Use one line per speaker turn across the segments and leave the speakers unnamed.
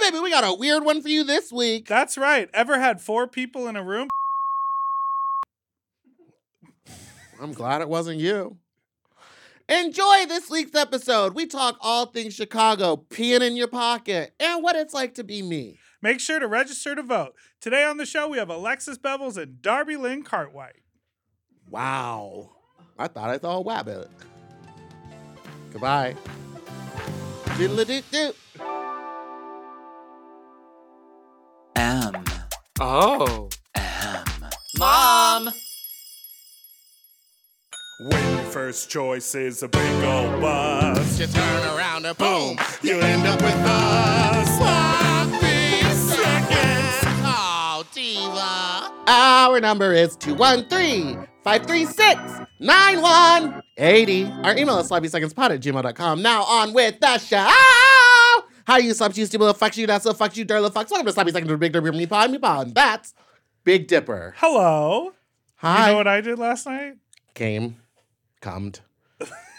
baby, we got a weird one for you this week.
That's right. Ever had four people in a room?
I'm glad it wasn't you. Enjoy this week's episode. We talk all things Chicago, peeing in your pocket, and what it's like to be me.
Make sure to register to vote. Today on the show, we have Alexis Bevels and Darby Lynn Cartwright.
Wow. I thought I saw a wabbit. Goodbye. Diddle-a-doo-doo.
M.
Oh.
M.
Mom!
When your first choice is a big old bus,
You turn around and boom, you end up with a sloppy second. Oh, diva. Our number is 213-536-9180. Our email is sloppysecondspot at gmail.com. Now on with the show. How you slops you stupid little fucks you that so fucks you dirty little fucks. Welcome to Sloppy Seconds with Big Dipper Me Pod Me Pod. That's Big Dipper.
hello.
Hi.
You know what I did last night?
Came. Cummed.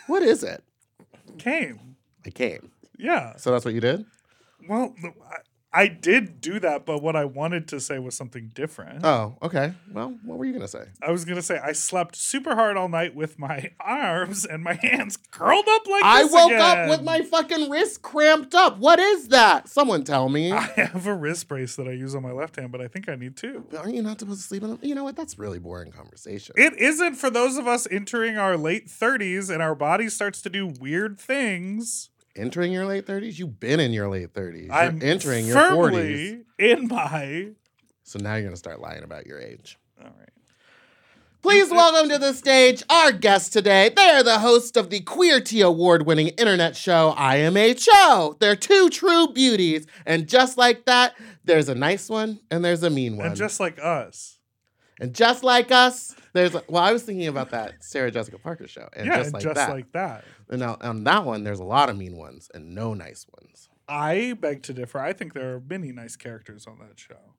what is it?
Came.
I came.
Yeah.
So that's what you did?
Well, I- I did do that, but what I wanted to say was something different.
Oh, okay. Well, what were you gonna say?
I was gonna say I slept super hard all night with my arms and my hands curled up like
I
this
woke
again.
up with my fucking wrist cramped up. What is that? Someone tell me.
I have a wrist brace that I use on my left hand, but I think I need two.
Aren't you not supposed to sleep in? A, you know what? That's really boring conversation.
It isn't for those of us entering our late 30s and our body starts to do weird things.
entering your late thirties. You've been in your late thirties. You're
I'm
entering your forties.
firmly in my.
So now you're gonna start lying about your age.
All right.
Please welcome to the stage our guests today. They are the host of the Queerty award winning internet show, IMHO. They're two true beauties. And just like that, there's a nice one and there's a mean one.
And just like us.
And just like us, there's a, well, I was thinking about that Sarah Jessica Parker show, and
yeah,
just
and
like
just
that.
like that.
and now on that one, there's a lot of mean ones and no nice ones.
I beg to differ. I think there are many nice characters on that show.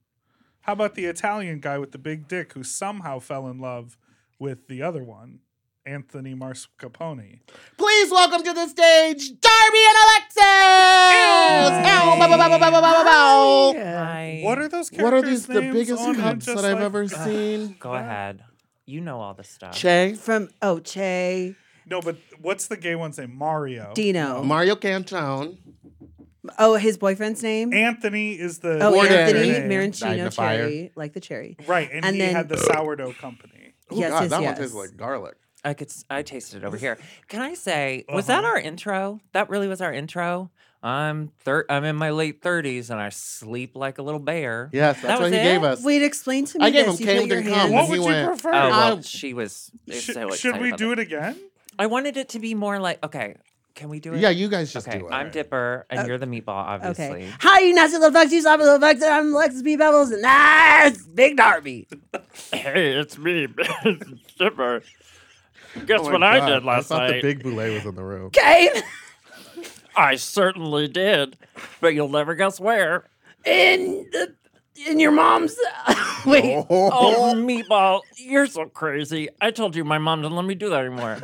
How about the Italian guy with the big dick who somehow fell in love with the other one, Anthony Marscapone?
Please welcome to the stage Darby and Alexis. Ow, bow, bow, bow, bow, bow, bow, bow, bow.
Hi.
What are those characters?
What are these? The
names
biggest
on it?
cups that
Just
I've
like- uh,
ever seen.
Go ahead. You know all the stuff.
Che,
from Oche,
No, but what's the gay one's name? Mario.
Dino.
Mario Cantone,
oh, his boyfriend's name?
Anthony is the
oh,
Gordon.
Anthony
Gordon. Died in
Maranchino
a fire.
Cherry, like the cherry.
right, and,
and
he
then-
had the sourdough company.
Oh
yes,
God,
yes,
that
yes.
one tastes like garlic.
I could. s- I tasted it over here. Can I say? Was that
Uh-huh.
our intro? That really was our intro. I'm thir- I'm in my late thirties and I sleep like a little bear.
Yes, that's
That
what
was
he
it?
gave us.
Wait, explain to me
I gave
this.
him
you put
Camden
your
Cum.
hand.
What
he
would you
went-
prefer?
Oh well,
I-
she was.
Sh-
so excited
should we
about
do
that.
it again?
I wanted it to be more like. Okay, can we do it?
Yeah, you guys just
Okay,
do it. Uh,
I'm Dipper and you're the meatball, obviously.
Okay. Hi, you nasty little fucks. You sloppy little fucks. I'm Alexis B. Bevels, and that's Big Darby.
Hey, it's me, Dipper. Guess
Oh my
what I
God,
did last
I thought the
night?
big boulet was in the room.
Came
I certainly did, but you'll never guess where.
in the in your mom's. Wait.
Oh, meatball, you're so crazy. I told you my mom didn't let me do that anymore.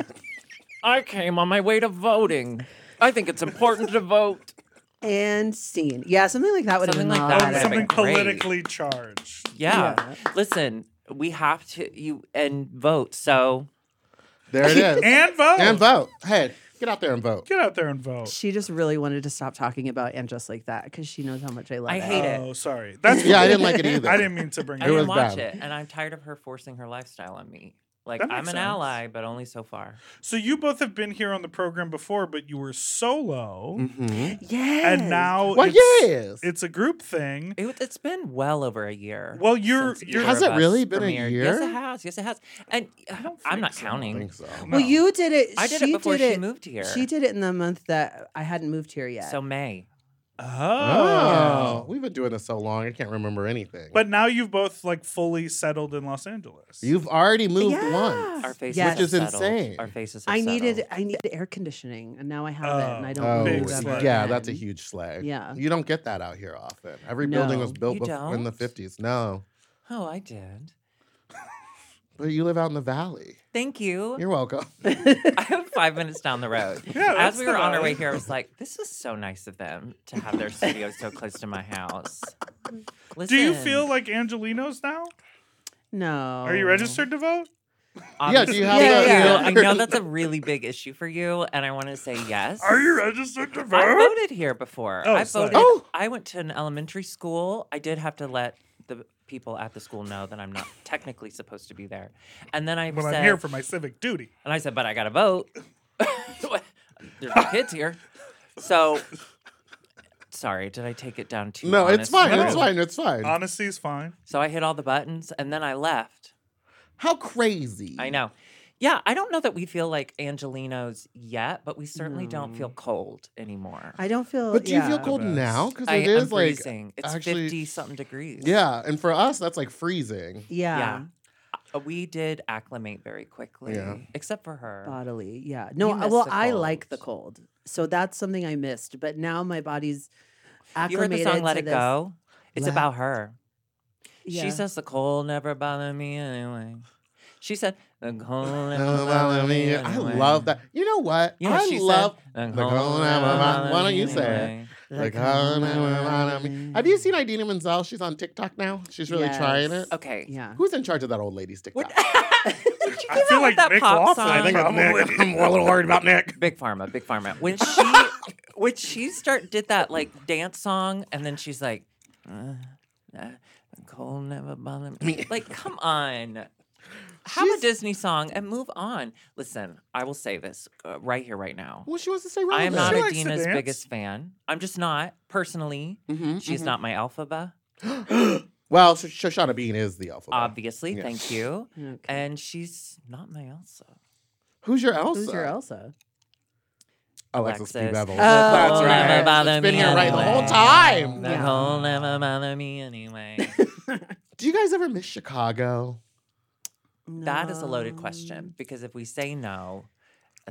I came on my way to voting. I think it's important to vote.
And scene. Yeah, something like that would
Something
have been
like
Oh,
that
awesome.
would've
something
been great.
politically charged.
Yeah. Listen, we have to you and vote. So
There it is.
And vote.
and vote. Hey, get out there and vote.
Get out there and vote.
She just really wanted to stop talking about and just like that because she knows how much I love
I
it.
hate it.
Oh, sorry. That's
Yeah, I didn't like it either.
I didn't mean to bring
I
It
it
didn't
was
up.
watch
bad.
it, and I'm tired of her forcing her lifestyle on me. Like
That
I'm
makes
an
sense.
ally, but only so far.
So you both have been here on the program before, but you were solo,
Mm-hmm.
Yeah.
and now
Mm. Well,
it's,
yes.
it's a group thing.
It, was- it's been well over a year.
Well, you're-
since
you're-
either
Has it
of us
really been a
premiered. Yes,
year?
it has. Yes, it has. And uh, I'm not
I
counting.
think so.
No.
Well, you did it.
I did
she
it before
did
she
it-
moved here.
She did it in the month that I hadn't moved here yet.
So May.
Oh,
Oh.
we've been doing this so long, I can't remember anything.
But now you've both like fully settled in Los Angeles.
you've already moved
Yeah.
once.
Our faces
Yes.
have
Which is
settled.
insane.
Our faces. Have
I needed
settled.
I needed air conditioning, and now I have it, and I don't
Oh,
Oh,
move
big
ever
slag.
yeah, that's a
again.
huge slag.
Yeah.
you don't get that out here often. Every building was
No.
built
You
before in the
don't?
fifties. No,
Oh, I did.
But you live out in the valley.
Thank you.
You're welcome.
I'm five minutes down the road.
Yeah,
As
that's
we were on our way
about-
here, I was like, this is so nice of them to have their studio so close to my house. Listen,
Do you feel like Angelinos now?
No.
Are
Oh,
you registered to vote?
Yeah, do you have
obviously,
a-
I
Yeah,
feel-
yeah.
I know that's a really big issue for you, and I want to say yes.
Are you registered to
I
vote?
voted here before.
Oh,
I
sorry.
voted.
Oh.
I went to an elementary school. I did have to let the people at the school know that I'm not technically supposed to be there. And then I
Well,
said,
I'm here for my civic duty.
and I said, but I got to vote. There's no kids here, so sorry. Did I take it down too?
No, it's fine.
honestly?
It's fine.
Um,
It's fine.
Honesty is fine.
So I hit all the buttons, and then I left.
How crazy.
I know. Yeah, I don't know that we feel like Angelinos yet, but we certainly don't
Mm.
feel cold anymore.
I don't feel.
But do you feel
yeah.
cold
best.
now? Because
I
it is
am
like
freezing. It's
actually-
fifty something degrees.
yeah, and for us that's like freezing.
Yeah.
Yeah. Uh, We did acclimate very quickly, except for her.
Bodily. Yeah. No. I-
miss
Well,
the
I like
cold.
the cold, so that's something I missed. But now my body's
you heard
acclimated
the song "Let
to
It
this.
Go." It's
Let-
about her.
Yeah.
She says the cold never bothered me anyway. She said the cold never
Oh,
bothered
I
me.
mean, I
anyway."
love that. You know what?
Yeah,
I
she
love
said,
the cold never bothered- Why don't you say it? Like, oh, no, no, no, no. Have you seen Idina Menzel? She's on TikTok now. She's really trying
Yes.
it.
Okay.
Yeah.
Who's in charge of that old lady's TikTok?
I feel like
that
Nick
pop
Lawson.
song? I think
uh,
probably.
I'm a little worried about Nick.
Big Pharma, Big Pharma. When she when she start did that like dance song and then she's like uh, uh, the cold never bothered me. Like, come on. Have
She's-
a Disney song and move on. Listen, I will say this uh, right here, right now.
Well, she wants to say
I
relevant.
am not
She likes to
Adina's
dance.
biggest fan. I'm just not personally.
Mhm,
She's not my alphaba,
mhm. well, Sh- Shoshana Bean is the alphabet.
obviously.
Yeah.
Thank you.
Okay.
And she's not my Elsa.
Who's your Elsa?
Who's your Elsa?
Alexis P.
Alexis.
Bevel.
Oh,
That's
never
right.
bother
It's been
me
here right the whole
anyway.
time.
The
Yeah.
cold never bother me anyway.
Do you guys ever miss Chicago?
That is a loaded
No.
question because if we say no,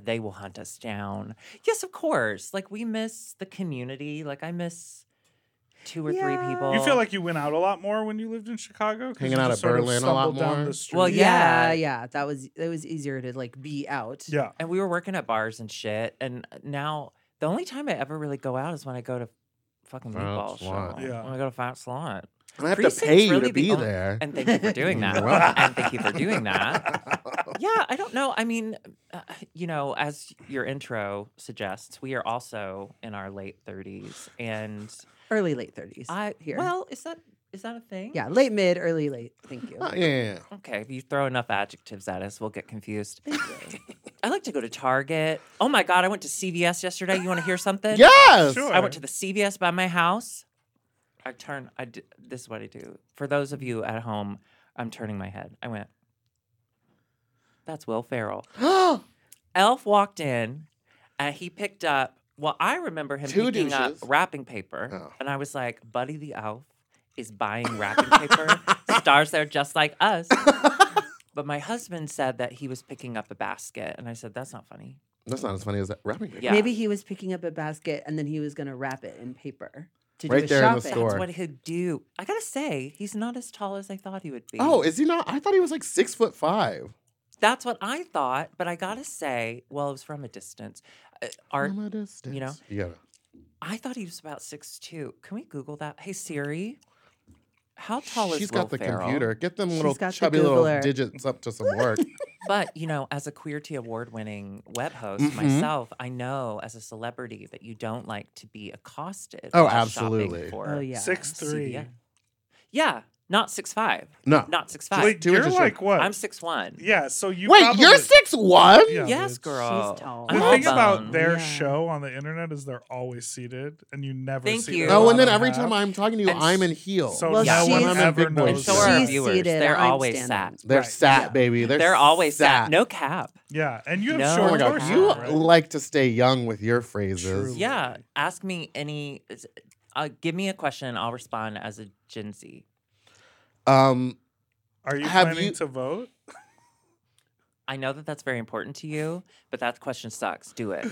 they will hunt us down. Yes, of course. Like we miss the community. Like I miss two or
Yeah.
three people.
You feel like you went out a lot more when you lived in Chicago? 'Cause
Hanging
you
out
just
at
sort of
Berlin a lot
stumbled down
more?
the street.
Well,
Oh,
yeah.
yeah, yeah. That was it was easier to like be out.
Yeah.
and we were working at bars and shit. And uh, now the only time I ever really go out is when I go to fucking
Fat
meatball
Slot.
shop.
Yeah.
When I go to Fat Slot.
And I have
Precinct's
to pay you
really
to
the
be
only-
there.
And thank you for doing that.
Wow.
and thank you for doing that. Yeah, I don't know. I mean, uh, you know, as your intro suggests, we are also in our late 30s and
Early late thirties.
I
here.
Well, is that is that a thing?
yeah, late mid, early late. Thank you.
Oh, yeah, yeah, yeah.
Okay, if you throw enough adjectives at us, we'll get confused. I like to go to Target. Oh my god, I went to CVS yesterday. You want to hear something?
Yes.
Sure.
I went to the CVS by my house. I turn. I d- this is what I do. For those of you at home, I'm turning my head. I went. That's Will Ferrell. Elf walked in, and he picked up. Well, I remember him
Two
picking
douches.
up wrapping paper,
Oh.
and I was like, "Buddy the Elf is buying wrapping paper. Stars there just like us." but my husband said that he was picking up a basket, and I said, "That's not funny."
That's not as funny as that wrapping paper.
Yeah,
Maybe he was picking up a basket and then he was gonna wrap it in paper to
Right
do his
there in the
shopping.
store.
That's what he'd do. I gotta say, he's not as tall as I thought he would be.
Oh, is he not? I thought he was like six foot five.
that's what I thought. But I gotta say, well, it was from a distance. Uh, Art,
Mm-hmm.
From a distance.
know?
Yeah.
I thought he was about six two. Can we Google that? Hey Siri, how tall is
She's
Will
got the
Ferrell?
computer. Get them little
She's got the
chubby little
Googler.
digits up to some work.
But you know, as a Queerty award-winning web host
Mm-hmm.
Mhm.
myself, I know as a celebrity that you don't like to be accosted.
Oh,
while shopping
absolutely.
For
Oh yeah.
Six three.
CVS. Yeah, not six five.
no.
Not six
Wait,
Two
you're
inches
like
short.
what?
I'm six one.
yeah. So you.
Wait,
probably-
you're six one?
Yeah,
Yes,
bitch.
girl.
tall.
I'm
The
all
thing about
bone.
their
Yeah.
show on the internet is they're always seated, and you never
Thank
see.
you.
their
No, Oh, and then
bottom
every
half.
time I'm talking to you,
And
I'm in heel.
So
Well,
no one
she's-
I'm in
ever
big boy
knows.
So are our
She's
viewers.
seated,
They're
I'm
always
standing.
sat.
They're
Right,
sat,
yeah.
baby. They're,
They're always
sat.
sat. No cap.
Yeah, and you have
No.
Oh
short
my god,
torso.
you
right?
like to stay young with your phrases.
True.
Yeah.
Right.
Ask me any. is- Uh, give me a question. I'll respond as a Gen Z.
Um,
Are you
Have
planning
you-
to vote?
I know that that's very important to you, but that question sucks. Do it.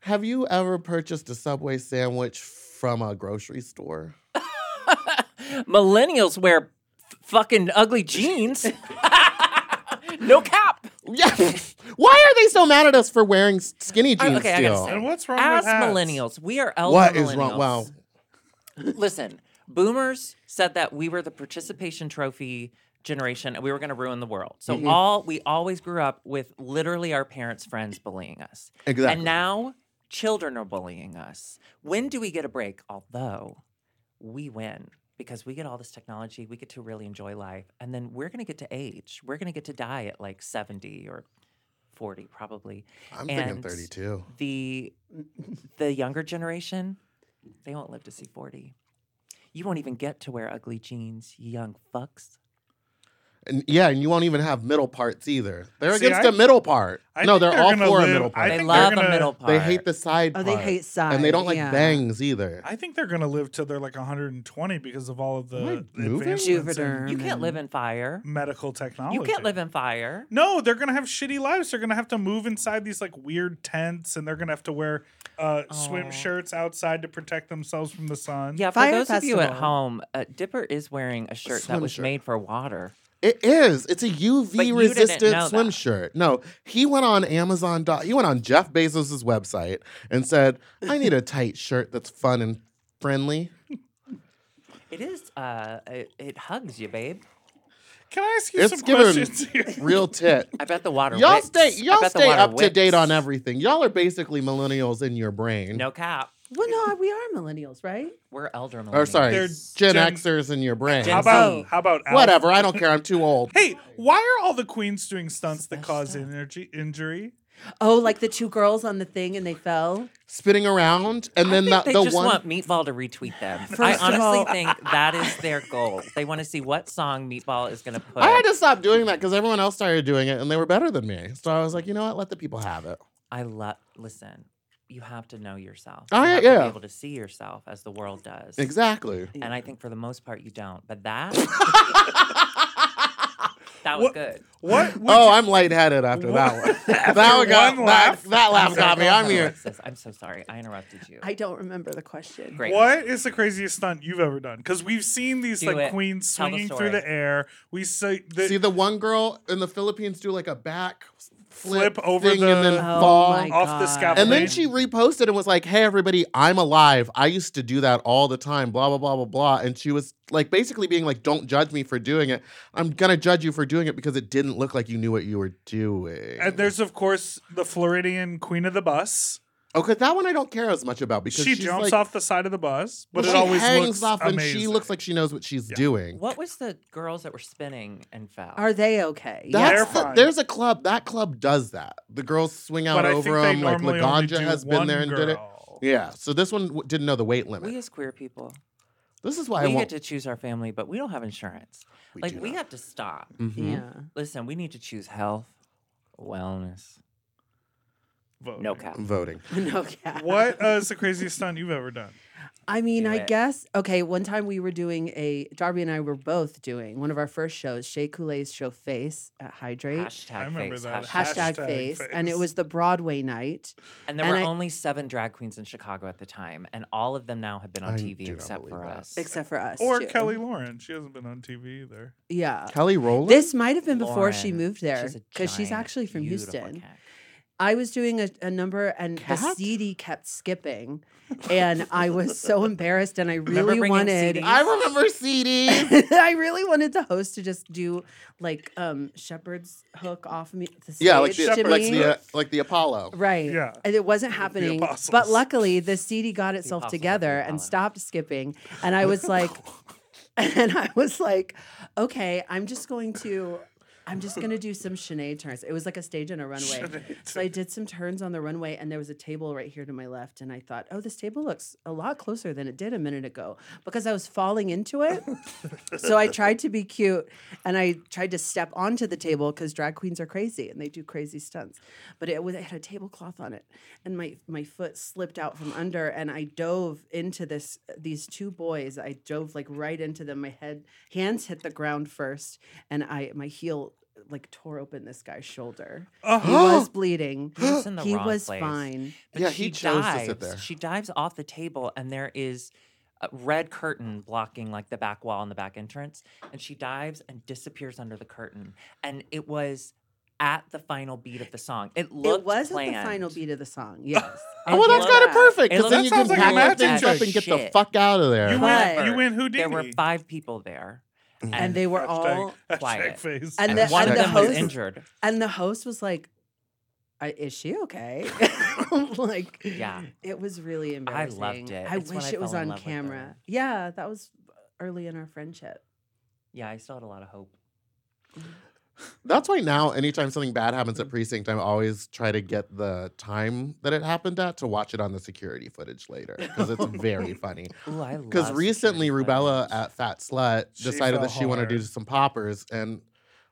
have you ever purchased a Subway sandwich from a grocery store?
Millennials wear f- fucking ugly jeans. No cap.
Yeah. Why are they so mad at us for wearing s- skinny
I-
jeans
Oh, okay, I gotta
still?
say,
And what's wrong
As
with hats?
millennials, we are elder
what
millennials.
is wrong? Wow.
Listen, boomers said that we were the participation trophy generation and we were going to ruin the world. So
Mm-hmm.
all we always grew up with literally our parents' friends bullying us.
Exactly.
And now children are bullying us. When do we get a break? Although we win because we get all this technology, we get to really enjoy life and then we're going to get to age. We're going to get to die at like 70 or 40 probably.
I'm thinking
and
32.
the the younger generation, they won't live to see 40. You won't even get to wear ugly jeans, you young fucks.
And yeah, and you won't even have middle parts either. They're
See,
against the
I-
middle part.
I
no,
think
they're,
they're
all
gonna
for a
live-
middle
I
part.
they
think they're
love
gonna-
a middle part.
They hate the side
Oh, they
part.
hate side.
And they don't like
yeah.
bangs either.
I think they're gonna live till they're like 120 because of all of
Am I
the
moving?
advancements in
Juvederm.
You can't live in fire.
medical technology.
You can't live in fire.
No, they're gonna have shitty lives. They're gonna have to move inside these like weird tents, and they're gonna have to wear uh, swim
Aw.
shirts outside to protect themselves from the sun.
Yeah, for
Fire
those of you at
festival.
home, uh, Dipper is wearing a shirt that
swim
was
shirt.
made for water.
It is. It's a
But you
UV
didn't know
resistant swim
that.
shirt. No, he went on Amazon. dot- He went on Jeff Bezos' website and said, "I need a tight shirt that's fun and friendly."
It is. Uh, it, it hugs you, babe.
Can I ask you
It's
some
given
questions here?
real tit.
I bet the water.
Y'all
wicks.
stay.
I
Y'all
bet the
stay
water
up to date
wicks.
on everything. Y'all are basically millennials in your brain.
No cap.
Well, no, we are millennials, right?
We're elder. Millennials.
Or sorry,
They're
Gen,
Gen-
Xers in your brain.
Gen
How
Z.
about how about Al-
Whatever. I don't care. I'm too old.
Hey, why are all the queens doing stunts that cause energy injury?
Oh, like the two girls on the thing and they fell.
Spinning around, and then
I think
the,
they
the
just
one.
want Meatball to retweet them. I
First of
honestly
all-
think that is their goal. They want to see what song Meatball is going to put.
I had to stop doing that because everyone else started doing it, and they were better than me. So I was like, you know what? Let the people have it.
I love. Listen, you have to know yourself.
Oh,
you
yeah,
have to
yeah.
be able to see yourself as the world does.
Exactly.
And I think for the most part you don't. But that that was
What-
good.
What? would
Oh,
you-
I'm lightheaded after that one. that one got that,
one laugh.
that laugh
sorry,
got me.
go
I'm
ahead,
here.
Alexis. I'm so sorry. I interrupted you.
I don't remember the question.
Great.
What is the craziest stunt you've ever done? Because we've seen these
Do
like
it.
queens
Tell the
swinging through
story.
the air. We see the
See the one girl in the Philippines do like a back flip,
Flip over
thing and
the-
then
Oh
fall.
my
off
God.
the scaffold.
And then she reposted and was like, "Hey everybody, I'm alive. I used to do that all the time. Blah blah blah blah blah." And she was like, basically being like, "Don't judge me for doing it. I'm gonna judge you for doing it because it didn't look like you knew what you were doing."
and there's of course the Floridian queen of the bus.
okay, Oh, that one I don't care as much about because
She
she's
jumps
like,
off the side of the bus, but
she
it always
hangs
looks
off
amazing.
and she looks like she knows what she's doing.
What was the girls that were spinning and fell?
Are they okay?
They're
That's the,
fine.
there's a club that club does that. The girls swing out
but I think
over
they
them. Like
normally only
Laganja
do
has been
one
there and did it.
girl.
Yeah. So this one w- didn't know the weight limit.
we as queer people,
this is why I
we
want.
get to choose our family, but we don't have insurance. like we have to stop.
Mhm.
Yeah.
Listen, we need to choose health, wellness.
Vote.
No cap.
voting.
No cap.
What uh, is the craziest stunt you've ever done?
I mean,
Do
I
it.
guess okay. One time we were doing a Darby and I were both doing one of our first shows, Shea Coulee's show Face at Hydrate.
Hashtag
I remember
face,
that.
Hashtag,
Hashtag
face,
face.
and it was the Broadway night.
And there
And
were
I-
only seven drag queens in Chicago at the time, and all of them now have been on
I
TV
do not
except
believe
for
that.
us.
Except for us,
Or
too.
Kelly Lauren. She hasn't been on TV either.
Yeah,
Kelly Rowland.
this might have been before she
Lauren,
moved there
she's a
because she's,
giant,
actually from
beautiful
Houston.
cat.
I was doing a, a number, and the
Cat?
CD kept skipping, and I was so embarrassed, and I really
bringing
wanted.
CDs?
I remember CDs.
I really wanted the host to just do like um Shepherd's hook off me. The
yeah, like
stage
the,
to
like
me.
the uh, like the Apollo.
Right.
Yeah.
And it wasn't happening. But
apostles.
luckily, the CD got itself
apostles of
together
Apollo.
and stopped skipping. And I was like, and I was like, okay, I'm just going to. I'm just gonna do some Sinead turns. It was like a stage and a runway. So I did some turns on the runway, and there was a table right here to my left. And I thought, oh, this table looks a lot closer than it did a minute ago because I was falling into it. so I tried to be cute and I tried to step onto the table because drag queens are crazy and they do crazy stunts. But it, was, it had a tablecloth on it, and my my foot slipped out from under, and I dove into this these two boys. I dove like right into them. My head hands hit the ground first, and I my heel like tore open this guy's shoulder.
Uh,
He was bleeding. He
was in the wrong
was
place.
fine.
But
Yeah,
she
he chose to
dives,
sit there.
She dives off the table, and there is a red curtain blocking like the back wall and the back entrance. And she dives and disappears under the curtain. And it was at the final beat of the song. It looked
it was
planned.
at the final beat of the song. Yes.
Oh, well, that's
It
kind of
looked-
perfect
it
because then
looked
you can
like a
pack your
magic
things up
trick.
and get the
Shit.
fuck out of
You
there.
win.
But-
You win Houdini.
There were five people there,
Mm.
and,
And they were all
Hashtag
quiet.
face.
And
and
the-
one
and
of
the
them was
host-
injured.
and the host was like, I, "Is she okay?" like,
Yeah.
it was really
I loved
embarrassing.
it.
I
It's when
wish
I
it was
fell in
on
love with
camera.
her.
Yeah, that was early in our friendship.
Yeah, I still had a lot of hope.
That's why now, anytime something bad happens at precinct, I always try to get the time that it happened at to watch it on the security footage later because it's very funny.
Ooh, I
Because
love
recently,
security
Rubella
footage.
at Fat Slut
She
decided
fell
that she wanted to do
hard.
some poppers and.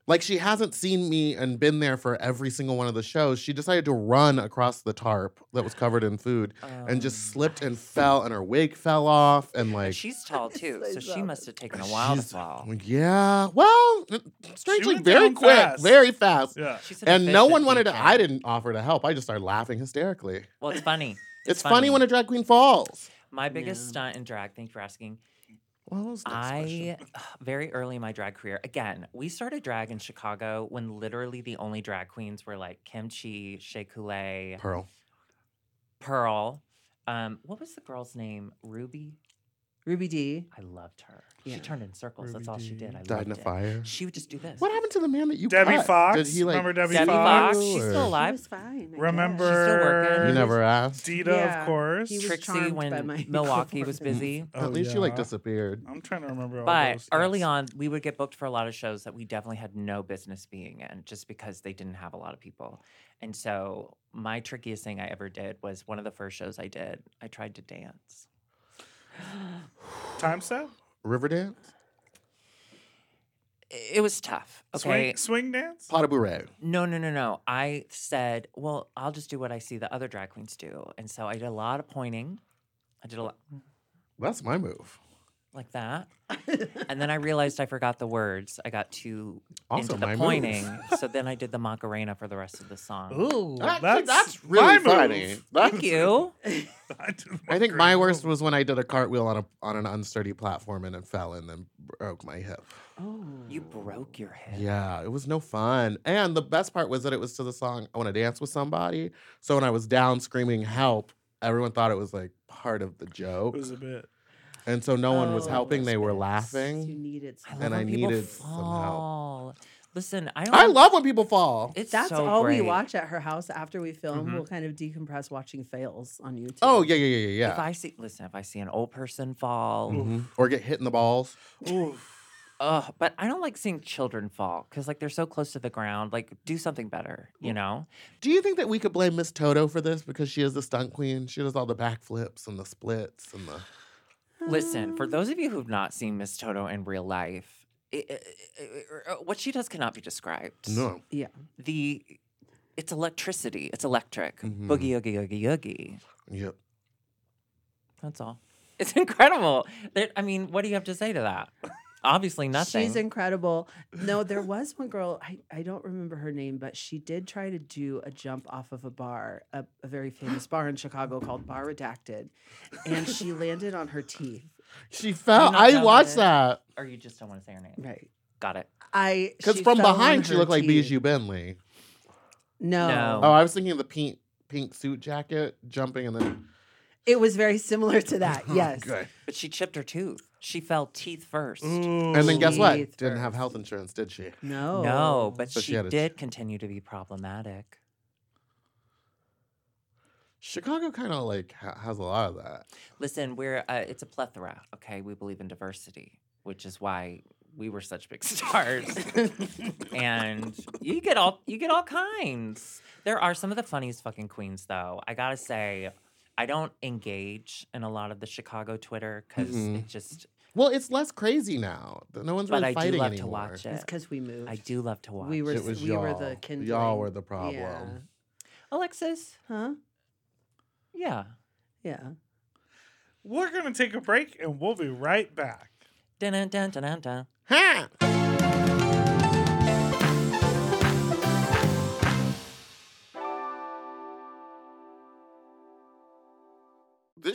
Like she hasn't seen me and been there for every single one of the shows. She decided to run across the tarp that was covered in food and
Oh,
just
Um,
slipped and fell, and her wig fell off. And like,
she's tall too,
I
so she
love
must have taken a while to
She's-
fall.
yeah, well, strangely,
went
very
down
quick,
fast.
very fast.
yeah.
She's an
And no
efficient
one wanted to.
DJ.
I didn't offer to help. I just started laughing hysterically. It's,
Well, it's funny.
funny. when a drag queen falls.
my biggest
Yeah.
stunt in drag. Thank you for asking.
Well, that's next
I
question.
very early in my drag career. Again, we started drag in Chicago when literally the only drag queens were like Kimchi, Shea Coulee,
Pearl.
Pearl. Um, what was the girl's name? Ruby.
Ruby D.
I loved her.
Yeah.
She turned in circles.
Ruby
That's all she
Dee.
did. I
Died in a
loved it.
fire.
She would just do this.
What happened to the man that you
Debbie
cut?
Fox.
Did he like?
Remember Debbie,
Debbie Fox?
Fox?
She's
Ooh.
still
She
alive.
was fine. I guess.
Remember
working.
You never asked.
Dita,
Yeah.
of course.
He was
Trixie
charmed by
when
my
Milwaukee was
performance.
busy.
Oh,
At least you like
yeah.
disappeared.
I'm trying to remember. All
But
those
early
things.
on, we would get booked for a lot of shows that we definitely had no business being in just because they didn't have a lot of people. And so, my trickiest thing I ever did was one of the first shows I did, I tried to dance.
time set,
Riverdance.
I- It was tough. Okay.
swing, swing dance.
Pot de bourrée.
No, no, no, no. I said, well, I'll just do what I see the other drag queens do. And so, I did a lot of pointing. I did a lot
That's my move.
like that. and then I realized I forgot the words. I got too
Also
into
my
the
move.
pointing. so then I did the Macarena for the rest of the song.
Ooh,
Actually,
that's,
that's
my
really
move.
funny.
Thank you.
I, did
I think
great
my worst
move.
was when I did a cartwheel on a on an unsteady platform and it fell and then broke my hip.
Oh.
You broke your head.
Mm. Yeah, it was no fun. And the best part was that it was to the song I Want to Dance with Somebody. So when I was down screaming help, everyone thought it was like part of the joke.
It was a bit.
And so no one was
Oh,
helping, they were
You
laughing.
needed
I love
And
when
I
people
needed some help.
fall. Listen, I don't.
I love when people fall.
It's
That's
so
all
great.
we watch at her house after we film.
Mhm.
We'll kind of decompress watching fails on YouTube.
Mm-hmm. Oh, yeah, yeah, yeah,
If
yeah,
I see, listen, if I see an old person fall,
yeah. Mhm. Or get hit in the balls.
ugh, but I don't like seeing children fall because like they're so close to the ground. Like, do something better, you know?
Do you think that we could blame Miss Toto for this because she is the stunt queen? She does all the backflips and the splits and the.
Ah.
Listen,
um
for those of you who've not seen Miss Toto in real life, i i i- i- uh, what she does cannot be described.
No.
Yeah.
the it's electricity. It's electric.
Mhm.
Boogie, oogie, oogie, oogie.
Yep.
That's all. It's incredible. There- I mean, what do you have to say to that? Obviously, nothing.
She's incredible. No, there was one girl, I, I don't remember her name, but she did try to do a jump off of a bar, a, a very famous bar in Chicago called Bar Redacted. And she landed on her teeth.
She fell.
not
I
know
watched
it?
that
or you just don't want to say her name.
Right.
Got it.
I
because
she
from
fell on
behind she
her
looked like
teeth.
Bijou Bentley.
No.
No.
Oh, I was thinking of the pink pink suit jacket jumping and then
It was very similar to that.
Oh,
Yes.
But she chipped her tooth. Mm. She fell teeth first.
Ooh.
and then guess what?
Teeth
did Didn't have
first.
health insurance, did she?
No.
No, but
So she
she,
had a ch-
did continue to be problematic.
Chicago kind of like ha- has a lot of that.
Listen, we're uh, it's a plethora. Okay, we believe in diversity, which is why we were such big stars. and you get all you get all kinds. There are some of the funniest fucking queens, though. I gotta say, I don't engage in a lot of the Chicago Twitter because
Mhm.
it just.
Well, it's less crazy now. No one's
But
really
I do
fighting
love to
anymore.
watch
It's
it.
because we moved.
I do love to watch.
We were,
It was
we were
y'all.
the kindling.
Y'all were the problem.
Yeah.
Alexis.
Huh?
Yeah.
Yeah.
We're gonna take a break and we'll be right back.
Dun, dun, dun, dun, dun, dun.
Ha! This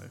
life?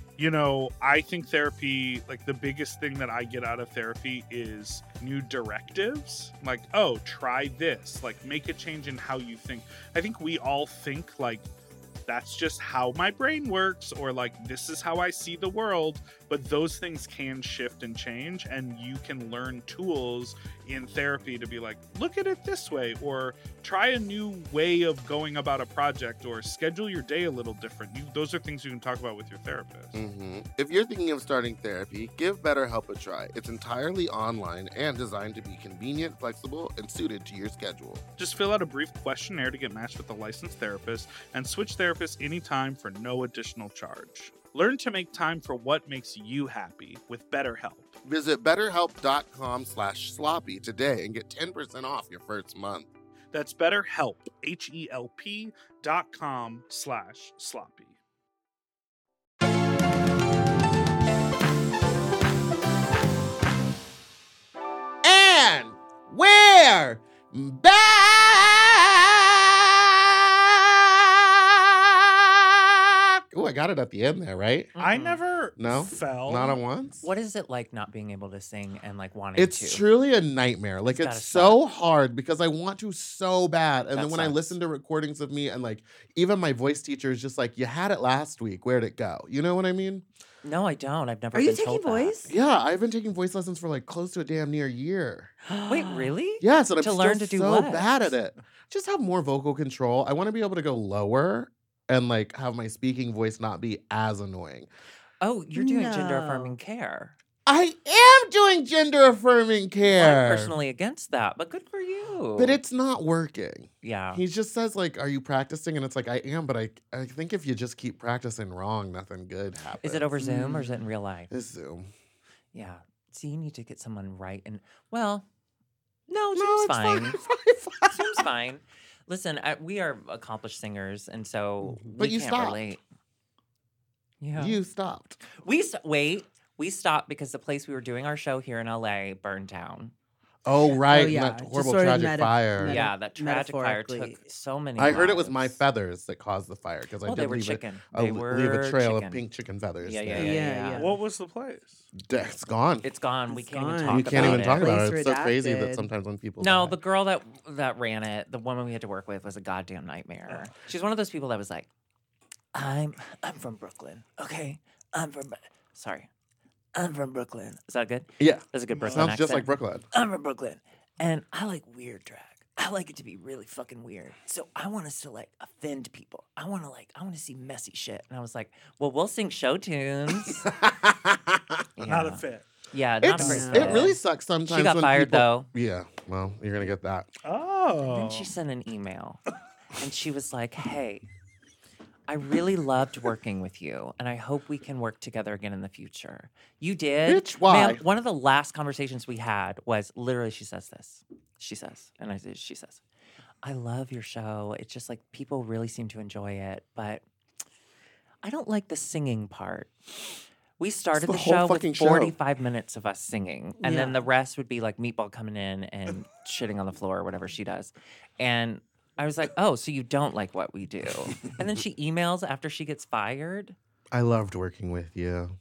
you know, I think therapy, like the biggest thing that I get out of therapy is new directives. Like, oh, try this. Like, make a change in how you think. I think we all think, like, that's just how my brain works, or like, this is how I see the world. But those things can shift and change. And you can learn tools in therapy to be like, look at it this way, or try a new way of going about a project, or schedule your day a little different. You, those are things you can talk about with your therapist.
hmm If you're thinking of starting therapy, give BetterHelp a try. It's entirely online and designed to be convenient, flexible, and suited to your schedule.
Just fill out a brief questionnaire to get matched with a licensed therapist and switch therapists anytime for no additional charge. Learn to make time for what makes you happy with BetterHelp.
Visit betterhelp.com slash sloppy today and get 10% off your first month.
That's BetterHelp, H-E-L-P dot com slash sloppy.
And we're back! Ooh, I got it at the end there, right?
I
Mm-mm.
never
No,
fell.
Not at once?
Oh, What is it like not being able to sing and like wanting
It's
to?
truly a nightmare. Like
It's
it's, so
gotta
hard because I want to so bad, and
That
then when I
sucks.
listen to recordings of me and like even my voice teacher is just like, "You had it last week. Where'd it go?" You know what I mean?
No, I don't. I've never.
Are you
been
taking
told that.
voice?
Yeah, I've been taking voice lessons for like close to a damn near year.
Wait, really?
Yes, and I'm
To
still
learn to do
so
what?
bad at it. Just have more vocal control. I want to be able to go lower and like have my speaking voice not be as annoying.
Oh, you're doing gender
No.
affirming care.
I am doing gender affirming care.
I'm personally against that, but good for you.
but it's not working.
yeah.
He just says like, "Are you practicing?" And it's like, "I am," but I, I think if you just keep practicing wrong, nothing good happens.
Is it over Zoom or is it
Mm.
in real life?
It's Zoom.
Yeah. So you need to get someone right and well, no,
No,
Oh, Zoom's
it's fine.
fine. Zoom's fine. Listen, I, we are accomplished singers, and so
Mhm. But
we
you
can't
stopped.
relate. Yeah,
You stopped.
we st- wait. We stopped because the place we were doing our show here in LA burned down.
Oh right,
yeah,
and that
just
horrible
sort of
tragic
meta-
fire.
meta-
yeah, that tragic fire took
metaphorically.
so many.
I heard it was my
lives.
feathers that caused the fire because I
Well,
did
they were
leave a,
chicken.
a-
they were
leave a trail
chicken.
of pink chicken feathers.
Yeah, yeah,
there.
yeah,
Yeah,
yeah,
yeah.
What was the place?
It's gone.
It's gone. we
It's
can't even
gone.
talk
you can't
about
even
it.
talk about it.
Place
It's so crazy that
redacted.
sometimes when people
No,
die-
the girl that that ran it, the woman we had to work with, was a goddamn nightmare. She's one of those people that was like, "I'm I'm from Brooklyn, okay? I'm from sorry, I'm from Brooklyn. Is that good?
yeah,
That's a good Brooklyn
sounds just like
accent.
Brooklyn.
I'm from Brooklyn, and I like weird drag. I like it to be really fucking weird. So I want us to like offend people. I want to like I want to see messy shit. And I was like, well, we'll sing show tunes. yeah.
Not a fit.
Yeah, not a
it's
great
it
fit.
really sucks sometimes.
She got
when
fired
people-
though.
Yeah, well, you're gonna get that.
Oh.
Then she sent an email and she was like, Hey, I really loved working with you and I hope we can work together again in the future. You did?
Bitch, why?
Ma'am, one of the last conversations we had was literally she says this. She says, and I said, She says, I love your show. It's just like people really seem to enjoy it, but I don't like the singing part. We started
the
the,
whole
show
fucking
with
show.
45 minutes of us singing. And then
Yeah.
the rest would be like Meatball coming in and shitting on the floor or whatever she does. And I was like, oh, so you don't like what we do. and then she emails after she gets fired.
I loved working with you.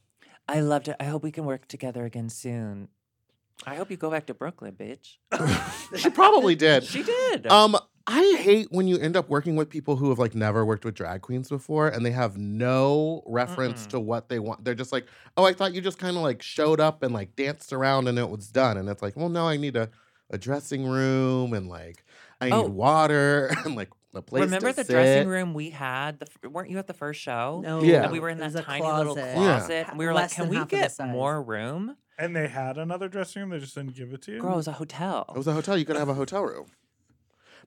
I loved it. I hope we can work together again soon. I hope you go back to Brooklyn, bitch.
she probably did.
She did.
Um, I hate when you end up working with people who have like never worked with drag queens before and they have no reference
Mm-mm.
to what they want. They're just like, oh, I thought you just kind of like showed up and like danced around and it was done. And it's like, well, no, I need a, a dressing room and like I need
Oh.
water and like a place.
Remember
to
the
sit.
dressing room we had? The, f- weren't you at the first show?
No,
Yeah.
And we were in
it was
that
a
tiny little
closet.
Yeah.
closet. And we were
Less
like, can
than
we
half of the
get
size.
more room?
And they had another dressing room. They just didn't give it to you.
Girl, it was a hotel.
It was a hotel. You could have a hotel room.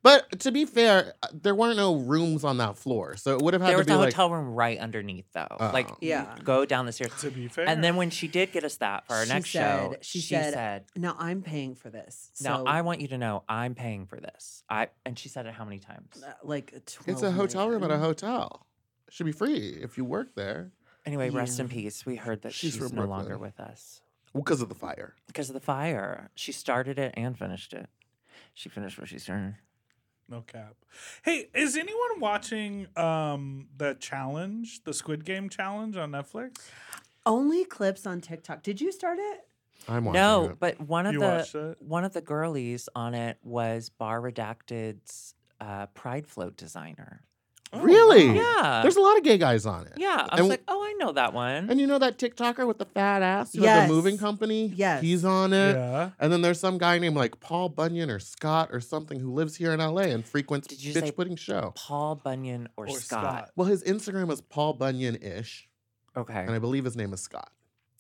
But to be fair, uh, there weren't no rooms on that floor, so it would have had
there
to
was
be
a
like
hotel room right underneath, though. Like,
Oh.
you
Yeah.
go down the stairs.
To be fair.
And then when she did get us that for our
She
next show,
said- she said,
said
Now I'm paying for this. So,
Now I want you to know I'm paying for this. I and she said it how many times?
uh, like
it's
12
a hotel room at a
million.
hotel. Should be free if you work there
Anyway, rest in
Yeah.
peace. We heard that
She's
she's,
from
no
Brooklyn.
longer with us
because of the fire.
because of the fire. She started it and finished it. She finished what she started.
no cap. Hey, is anyone watching um the challenge, the Squid Game challenge on Netflix?
Only clips on TikTok. Did you start it?
I'm watching.
No,
it.
but one of
You watched
the
it?
one of the girlies on it was Bar Redacted's uh, Pride Float designer.
Oh,
really,
Yeah,
there's a lot of gay guys on it.
yeah. I was
and-
like, oh, I know that one.
And you know that TikToker with the fat ass who had
Yes.
the moving company?
Yes.
He's on it.
Yeah.
And then there's some guy named like Paul Bunyan or Scott or something who lives here in LA and frequents
Did you
Bitch
say
Pudding Show.
Paul Bunyan or, Scott.
Well, his Instagram is Paul Bunyan ish,
Okay.
and I believe his name is Scott.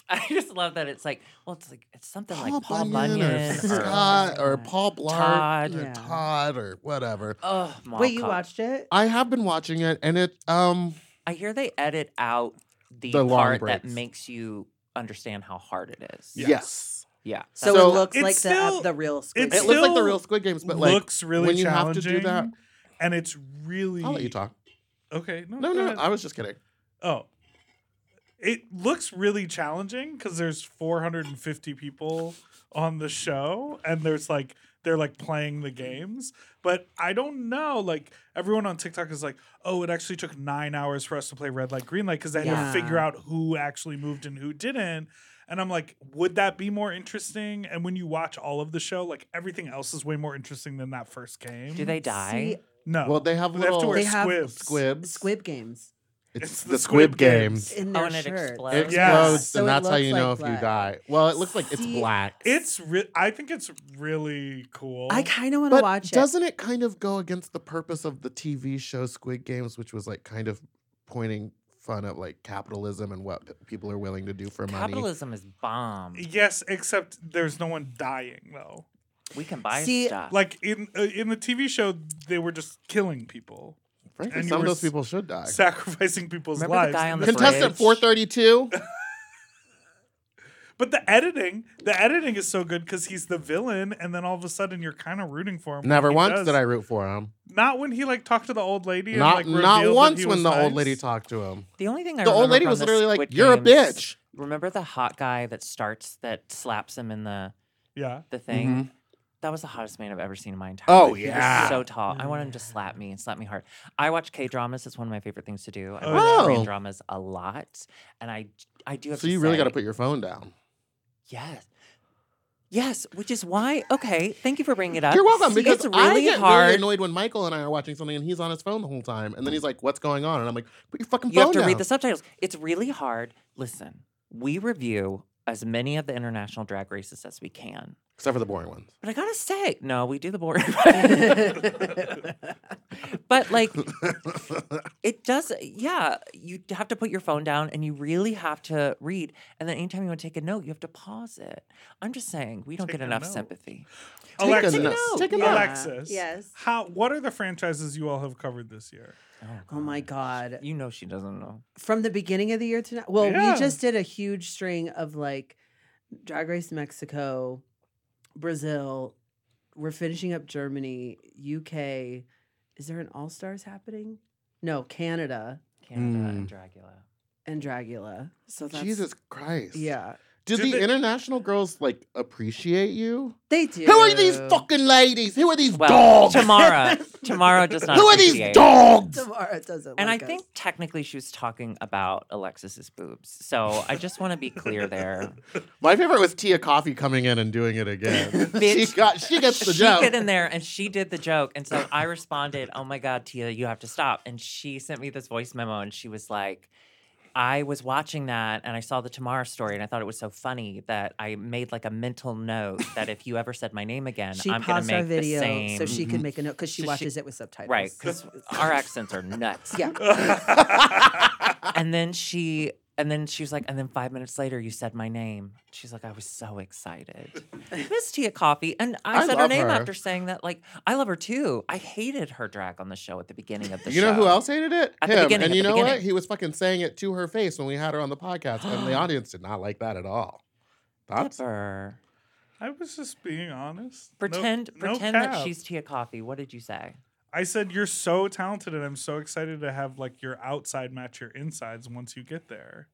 I just love that it's like, well, it's like it's something
Paul,
like Paul
Bunyan,
Bunyan,
or Scott or Paul Blart
Todd.
or
Yeah.
Todd or whatever.
Oh,
Wait, you watched it?
I have been watching it, and it um
I hear they edit out the,
The long
part that
breaks.
makes you understand how hard it is.
yes,
Yeah.
So,
So-
it looks
It's
like the
still-
the real Squid
it's
it
Game.
looks like the
Still
real Squid Games, but like
looks really
when you have to
challenging.
do that-
and it's really.
I'll let you talk.
Okay. No,
No,
go
no,
ahead.
I was just kidding.
Oh. It looks really challenging because there's 450 people on the show and there's like they're like playing the games. But I don't know. Like everyone on TikTok is like, oh, it actually took nine hours for us to play red light, green light, because they had
Yeah.
to figure out who actually moved and who didn't. And I'm like, would that be more interesting? And when you watch all of the show, like everything else is way more interesting than that first game.
Do they die?
See,
No.
Well, they have
They have to
little
wear
They have
squibs.
squibs.
Squib Games
It's,
It's
the,
the
squib,
squib
games.
games.
in
Oh,
their
and it
shirt.
explodes.
It
Yes.
explodes,
So
and
it
that's how
looks
you
like
know if you
black.
die. Well, it looks like it's
See,
black.
It's re- I think it's really cool.
I kind of want to
but
watch it.
doesn't it kind of go against the purpose of the TV show Squid Games, which was like kind of pointing fun at like capitalism and what p- people are willing to do for money?
Capitalism is bomb.
Yes, except there's no one dying though.
We can buy
See,
stuff.
Like in uh, in the TV show, they were just killing people,
Frankly,
And you
some of
were
those
s-
people should die.
sacrificing people's
Remember the
lives.
guy on the
Contestant
bridge.
432.
But the editing, the editing is so good because he's the villain, and then all of a sudden you're kind of rooting for him. when
Never
he
once
does-
did I root for him.
Not when he like talked to the old lady.
not
and, like, revealed
not
that
once
he
when
was
the old lady
nice.
talked to him.
the only thing I
The old
remember
lady
from
was
the
literally like,
Squid
"You're a
Games-
bitch."
Remember the hot guy that starts that slaps him in the
Yeah,
the thing? That was the hottest man I've ever seen in my entire
Mm-hmm. Oh,
life. He was
yeah.
so tall. I want him to slap me and slap me hard. I watch K dramas. It's one of my favorite things to do. I
Oh,
watch
yeah.
Korean
Oh.
dramas a lot, and I I do have.
So
to
you really got to
say-
put your phone down.
yes, yes, which is why. Okay, thank you for bringing it up.
You're welcome.
See,
Because
it's
I
really
get
hard.
really annoyed when Michael and I are watching something and he's on his phone the whole time, and then he's like, "What's going on?" And I'm like, "Put your fucking
you
phone
have to
down."
read the subtitles. It's really hard. Listen, we review as many of the international drag races as we can.
Except for the boring ones.
But I gotta say, no, we do the boring. but like, it does. Yeah, you have to put your phone down, and you really have to read. And then anytime you want to take a note, you have to pause it. I'm just saying, we don't
Take
get
a
enough
note.
sympathy.
Take a
Alexis,
note. Take a note.
Alexis,
Yes.
How? What are the franchises you all have covered this year?
Oh my god.
You know she doesn't know.
From the beginning of the year to now. Well,
Yeah.
we just did a huge string of like Drag Race Mexico, Brazil. We're finishing up Germany, UK. Is there an All Stars happening? No, Canada
Canada
Hmm.
and Dracula.
and Dragula. So that's
Jesus Christ.
Yeah.
Do,
Do
the
they-
international girls like appreciate you?
They do.
Who are these fucking ladies? Who are these
Well,
dogs?
Tamara, Tamara does not.
Who are these
appreciate.
dogs?
Tamara doesn't
And I
like us.
think technically she was talking about Alexis's boobs. So I just want to be clear there.
My favorite was Tia Coffee coming in and doing it again. she
Bitch.
got she gets the
she
joke.
get in there and she did the joke. And so I responded, Oh my God, Tia, you have to stop. And she sent me this voice memo and she was like, I was watching that and I saw the Tamara story and I thought it was so funny that I made like a mental note that if you ever said my name again,
She
I'm gonna
paused
make
our
the
video
same.
so
Mm-hmm.
she could make a note because
So
she
she-
watches it with subtitles.
right because our accents are nuts.
Yeah.
And then she and then she was like, and then five minutes later you said my name. She's like, I was so excited. Miss Tia Coffee. And I,
I
said her
love
name
her.
after saying that. Like, I love her too. I hated her drag on the show at the beginning of the
You
show.
know who else hated it?
At the
Him.
beginning,
and
at
you
the
know what?
beginning.
He was fucking saying it to her face when we had her on the podcast, and the audience did not like that at all. Thoughts?
Dipper.
I was just being honest. No-
Pretend
no
pretend that
cap.
she's Tia Coffee. What did you say?
I said you're so talented, and I'm so excited to have like your outside match your insides once you get there.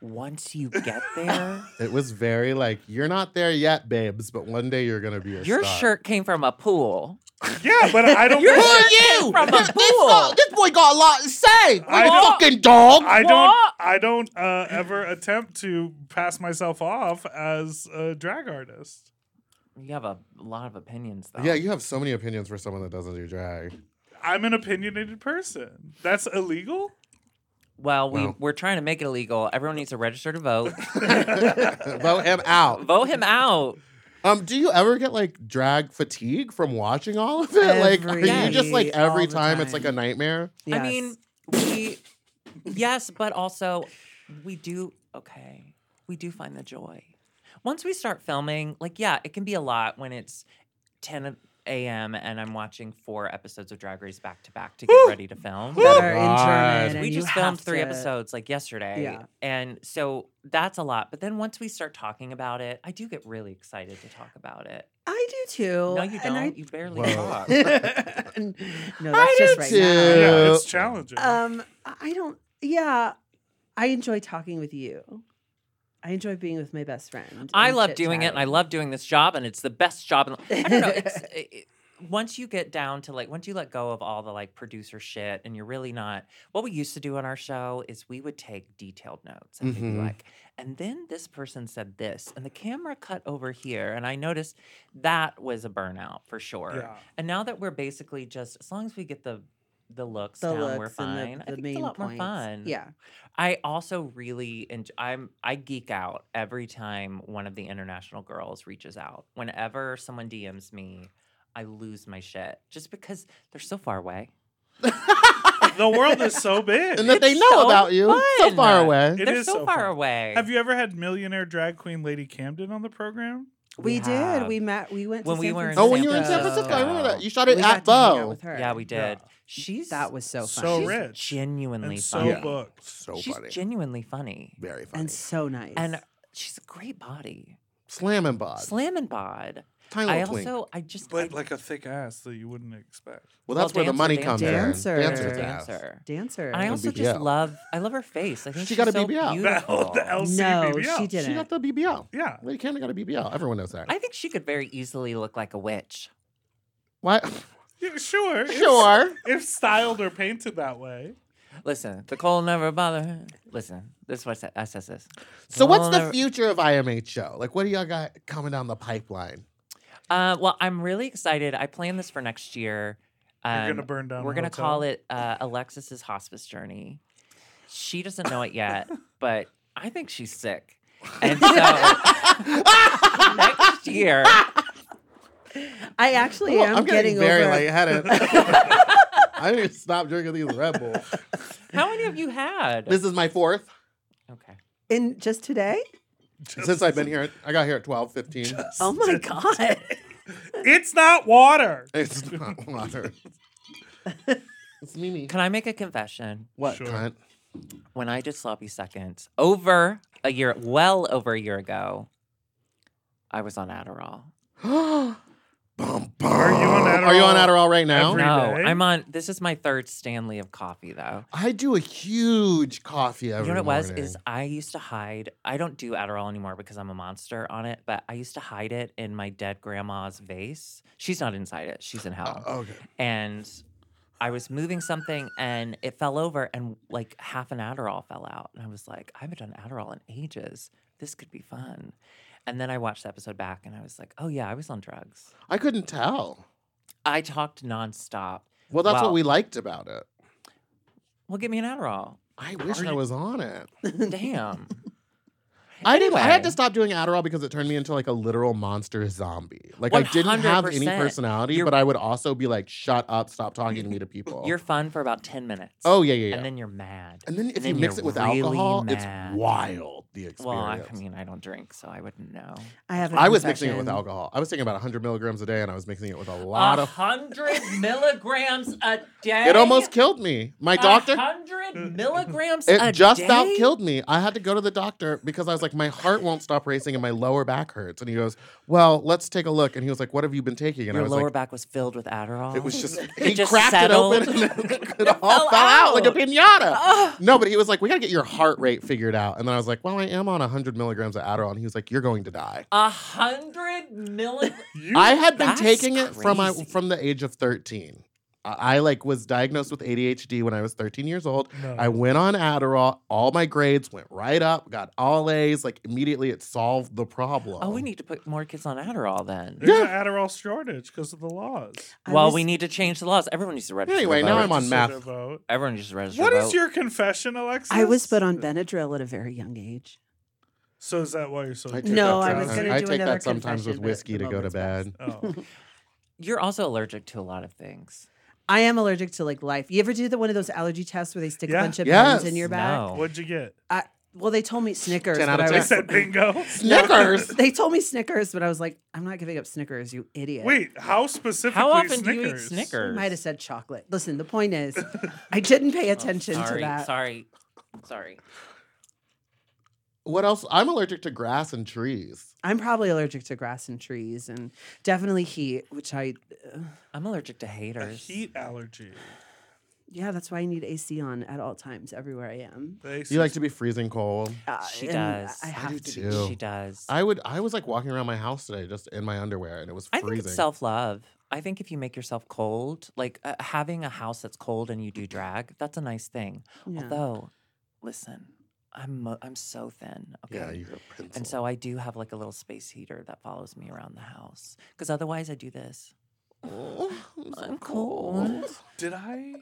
Once you get there,
It was very like, you're not there yet, babes, but one day you're gonna be a
your
star."
shirt came from a pool.
Yeah, but I don't.
Who
think-
are you?
From a
this, this
pool.
dog- this boy got a lot to say. Like
I
a
don't-
fucking dog.
I don't.
What?
I don't uh, ever attempt to pass myself off as a drag artist.
You have a lot of opinions though.
yeah, you have so many opinions for someone that doesn't do drag.
I'm an opinionated person. That's illegal.
Well, we,
Well.
we're trying to make it illegal. Everyone needs to register to vote.
Vote him out.
vote him out.
Um, do you ever get like drag fatigue from watching all of it? like, are
Every-
you just like
Yes.
every
all the
time, it's
time.
like a nightmare?
I mean, we yes, but also we do okay. We do find the joy. Once we start filming, like yeah, it can be a lot when it's 10 a.m. and I'm watching four episodes of Drag Race back to back to get ready to film.
that
God.
are in German.
we
and
just
you
filmed
have
three
to-
episodes like yesterday.
Yeah.
And so that's a lot. But then once we start talking about it, I do get really excited to talk about it.
I do too.
No, you don't.
and I-
you barely
Whoa.
talk.
no, that's just right
too.
Yeah,
Uh,
it's challenging.
now. Um, I I don't. Yeah, I enjoy talking with you. I enjoy being with my best friend.
I
and
love doing it, and I
chit-chatting.
love doing this job, and it's the best job. In the- I don't know. It's, it, it- once you get down to like, once you let go of all the like producer shit, and you're really not. What we used to do on our show is we would take detailed notes and they'd be
Mhm.
Mm-hmm.
like, and then this person said this, and the camera cut over here, and I noticed that was a burnout for sure.
Yeah.
And now that we're basically just, as long as we get the the looks
the
down,
looks
we're
and
fine.
the,
I
the
think
main
it's a lot
points.
more fun.
Yeah,
I also really enjoy, I'm I geek out every time one of the international girls reaches out. Whenever someone DMs me, I lose my shit just because they're so far away.
the world is so big.
And that they
It's
know
so
about you so
fun.
far away.
It
they're
is
so,
so
far
fun.
away.
Have you ever had millionaire drag queen Lady Camden on the program?
we, did.
have.
We met. We went
When
to
we
San
were in
Francisco.
Oh, when you were in San Francisco, I remember that. You shot it
we
at
got to hang out
Bo.
with her.
Yeah, we did. She's
That was so fun.
So
she's
rich
genuinely
and so
funny.
booked.
So
she's
funny.
genuinely funny,
Very funny.
and so nice.
and she's a great body,
Slam and bod.
slam and bod.
Tiny
I
little twink.
also I just
But
I-
like a thick ass that you wouldn't expect.
Well, that's
well,
where the
dancer,
money
dancer.
comes
Dancer.
in.
she's a
Dancer's ass.
dancer.
dancer.
And I
And
also just
BBL.
love I love her face. I think
She
she's
got a
so
BBL.
The, L-
beautiful.
the LC
no,
BBL.
she
She
didn't.
got the BBL.
Yeah.
Lady Camden got a BBL. Everyone knows that.
I think she could very easily look like a witch.
Why?
Yeah, sure. If-
sure.
If, styled or painted that way.
Listen, the cold never bother her. Listen, this is what I said. I says this.
So, what's the
Well,
future of IMHO? Like, what do y'all got coming down the pipeline?
Uh, well, I'm really excited. I plan this for next year.
You're
Um,
gonna burn down.
We're
a
gonna
hotel.
call it uh, Alexis's hospice journey. She doesn't know it yet, but I think she's sick. And so next year,
I actually
Ooh,
am
I'm getting, very
over.
lightheaded. I need to stop drinking these Red Bull.
how many have you had?
This is my fourth
okay.
in just today.
since I've been here. I got here at 12, 15.
Oh my god!
It's not water.
It's not water. it's Mimi.
Can I make a confession?
What?
Sure.
cunt?
when I did sloppy seconds over a year, well over a year ago, I was on Adderall.
Bum, bum.
Are you on Adderall?
Are you on Adderall right now?
every-
No,
day?
I'm on. This is my third Stanley of coffee, though.
I do a huge coffee every
you know what it was?
morning.
Is I used to hide. I don't do Adderall anymore because I'm a monster on it. But I used to hide it in my dead grandma's vase. She's not inside it. She's in hell.
okay.
and I was moving something and it fell over and like half an Adderall fell out. And I was like, I haven't done Adderall in ages. This could be fun. And then I watched the episode back and I was like, oh yeah, I was on drugs.
I couldn't tell.
I talked nonstop.
Well, that's
Wow.
what we liked about it.
Well, give me an Adderall.
I wish I was on it.
Damn.
I didn't. I had to
Anyway.
stop doing Adderall because it turned me into like a literal monster zombie. Like I didn't have any
100%.
personality,
You're-
but I would also be like, "Shut up! Stop talking to me to people."
You're fun for about 10 minutes.
oh yeah, yeah, yeah.
And then you're mad.
And then if
and
you
then
mix
you're
it with
really
alcohol,
mad.
it's wild. The experience.
well, I
I,
I mean, I don't drink, so I wouldn't know.
I have. a
was mixing it with
confession.
alcohol. I was taking about 100 milligrams a day, and I was mixing it with a lot of.
100 milligrams a day?
It almost killed me. My doctor.
100 milligrams
It
a
just
day?
out killed me. I had to go to the doctor because I was like, my heart won't stop racing and my lower back hurts. And he goes, Well, let's take a look. And he was like, What have you been taking? And I
Your
was
lower
like,
back was filled with Adderall.
It was just he
just
cracked
settled.
it open and it, all fell,
fell
out. like a
out.
pinata. No, but he was like, "We gotta get your heart rate figured out." And then I was like, "Well, I am on 100 milligrams of Adderall," and he was like, "You're going to die."
A hundred milligrams.
You
I had been
That's
taking it from I,
crazy.
from the age of 13. I I, like was diagnosed with ADHD when I was 13 years old.
No.
I went on Adderall. All my grades went right up. Got all A's. Like immediately, it solved the problem.
Oh, we need to put more kids on Adderall then.
There's an Adderall shortage because of the laws.
I
well,
was-
we need to change the laws. Everyone needs to register.
Anyway,
to
now
vote.
I'm on
Register to
meth.
vote.
Everyone needs to register.
What
to
is
vote.
your confession, Alexis?
I was put on Benadryl at a very young age.
So is that why you're so?
I take
No,
that
I
to- uh,
was gonna
I
do
take
another
that sometimes with
confession, but
whiskey
the
to go to
moment's passed.
bed.
Oh.
You're also allergic to a lot of things.
I am allergic to like life. You ever do the one of those allergy tests where they stick
Yeah.
a bunch of
Yes.
pins in your back?
No.
What'd you get?
I, well, they told me Snickers.
10 out
but
of
I
They
10.
was-
said bingo.
Snickers.
They told me Snickers, but I was like, I'm not giving up Snickers, you idiot.
Wait, how specifically?
How often
Snickers?
do you eat
I
Snickers?
might have said chocolate. Listen, the point is, I didn't pay attention
Oh, sorry,
to that.
Sorry, sorry.
What else? I'm allergic to grass and trees.
I'm probably allergic to grass and trees, and definitely heat, which I,
I'm allergic to
A
haters.
heat allergy.
yeah, that's why I need AC on at all times, everywhere I am.
They
You like to be freezing cold.
Uh,
She
and
does.
I
I
have
do
to.
too.
Be.
Ew.
She does. I,
I would. I was like walking around my house today, just in my underwear, and it was freezing.
think it's self love. I think if you make yourself cold, like uh, having a house that's cold and you do drag, that's a nice thing.
Yeah.
Although, listen, I'm mo- I'm so thin. Okay.
yeah, you got a pencil.
and so I do have like a little space heater that follows me around the house because otherwise I do this. I'm cold.
Did I?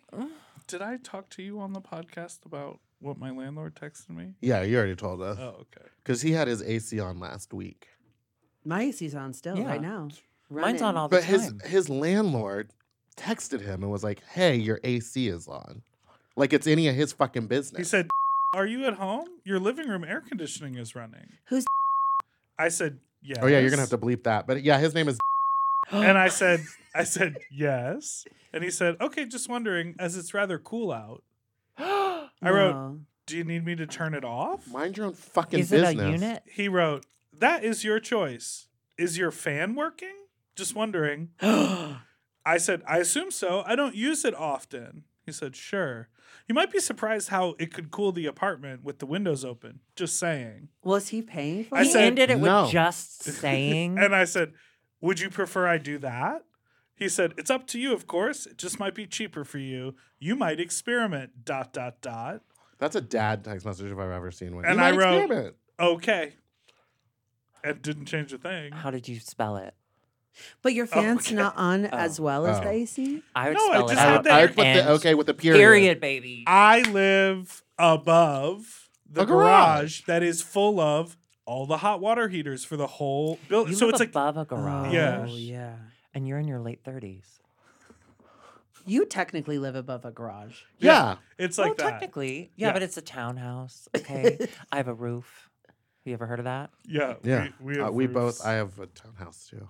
Did I talk to you on the podcast about what my landlord texted me?
Yeah, you already told us
Oh, okay.
because he had his AC on last week,
My AC's on still
Yeah.
right now.
Mine's on
Running.
all the
but
time.
his his landlord texted him and was like, "Hey, your AC is on." Like it's any of his fucking business.
He said, "Are you at home? Your living room air conditioning is running."
Who's
I said, "Yes."
"Oh yeah, you're gonna have to bleep that." But yeah, his name is.
And I said, "I said yes." And he said, "Okay, just wondering, as it's rather cool out." I wrote,
No.
"Do you need me to turn it off?"
Mind your own fucking
Is
business.
it a unit?
He wrote, "That is your choice. Is your fan working? Just wondering." I said, I assume so. I don't use it often. He said, sure. You might be surprised how it could cool the apartment with the windows open. Just saying.
Was he paying for
I
he
it?
said-
ended it
No.
with just saying.
And I said, would you prefer I do that? He said, it's up to you, of course. It just might be cheaper for you. You might experiment, dot, dot, dot.
That's a dad text message if I've ever seen one.
And
You
I
might
wrote-
experiment.
Okay. And didn't change a thing.
How did you spell it?
But
Oh
your fan's
okay.
not on as well as
Oh.
the AC?
I would
No, I
spell it
just
I
had
out.
would, I would put the
and
okay with the period.
period. baby.
I live above the
A
garage.
garage.
that is full of all the hot water heaters for the whole building.
you
So
live
it's like
above a garage.
Yeah.
Oh, yeah.
And you're in your late 30s.
You technically live above a garage.
Yeah.
it's
Oh,
like
well,
that.
technically. Yeah,
Yeah.
but it's a townhouse. Okay. I have a roof. You ever heard of that?
Yeah,
Yeah.
We, we,
Uh,
have
we both.
roofs.
I have a townhouse too.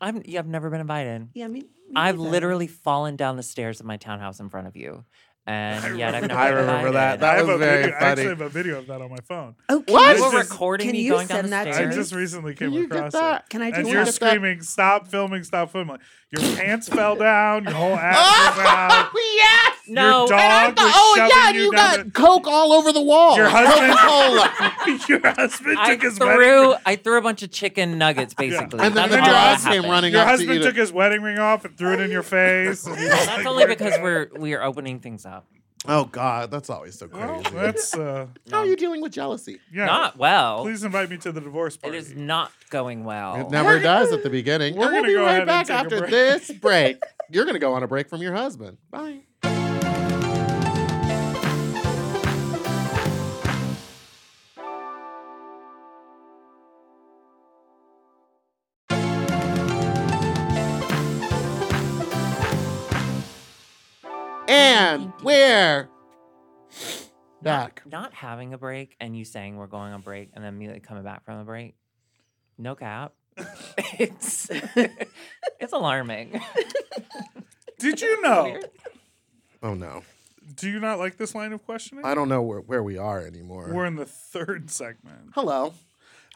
I'm, yeah, I've never been invited.
Yeah, I mean,
I've literally fallen down the stairs of my townhouse in front of you. And yet I've never
I
been
remember
invited.
That
I have
was
a
very
video, I actually
funny.
have a video of that on my phone.
Oh, can
What?
you
We're
just-
recording
can
you
you
going down
send
the
that to
I
stairs?
me?
just recently came
Can you
across
get that?
Can I
it.
do
And
one
you're
of
that?
screaming, "Stop filming! Stop filming!" Like, your pants fell down. Your whole ass was out.
Oh, yes.
No,
your dog
and I
was
Oh
shoving
yeah,
you,
you,
down
got coke all over the wall.
Your husband-
Coca-Cola.
the- your husband
I
took his wedding.
threw, I threw a bunch of chicken nuggets, basically.
and then
That's
the
all that
drugs came
happened.
running
Your
up to
husband
eat
took
it.
his wedding ring off and threw it in your face. and he was
That's
like,
only
"We're
because
done."
we're we are opening things up.
Oh God, that's always so
Well,
crazy.
that's uh,
How are you dealing with jealousy?
yeah.
Not well.
Please invite me to the divorce
It
party.
is not going well.
It never does at the beginning.
we're
and we'll
Oh. gonna
be
go
right
ahead and
back
take a
after
break.
this break. You're gonna go on a break from your husband. Bye. And we're back.
Not having a break and you saying we're going on break and then immediately coming back from a break. No cap. it's it's alarming.
Did you know?
Oh no.
Do you not like this line of questioning?
I don't know where, where we are anymore.
We're in the third segment.
Hello.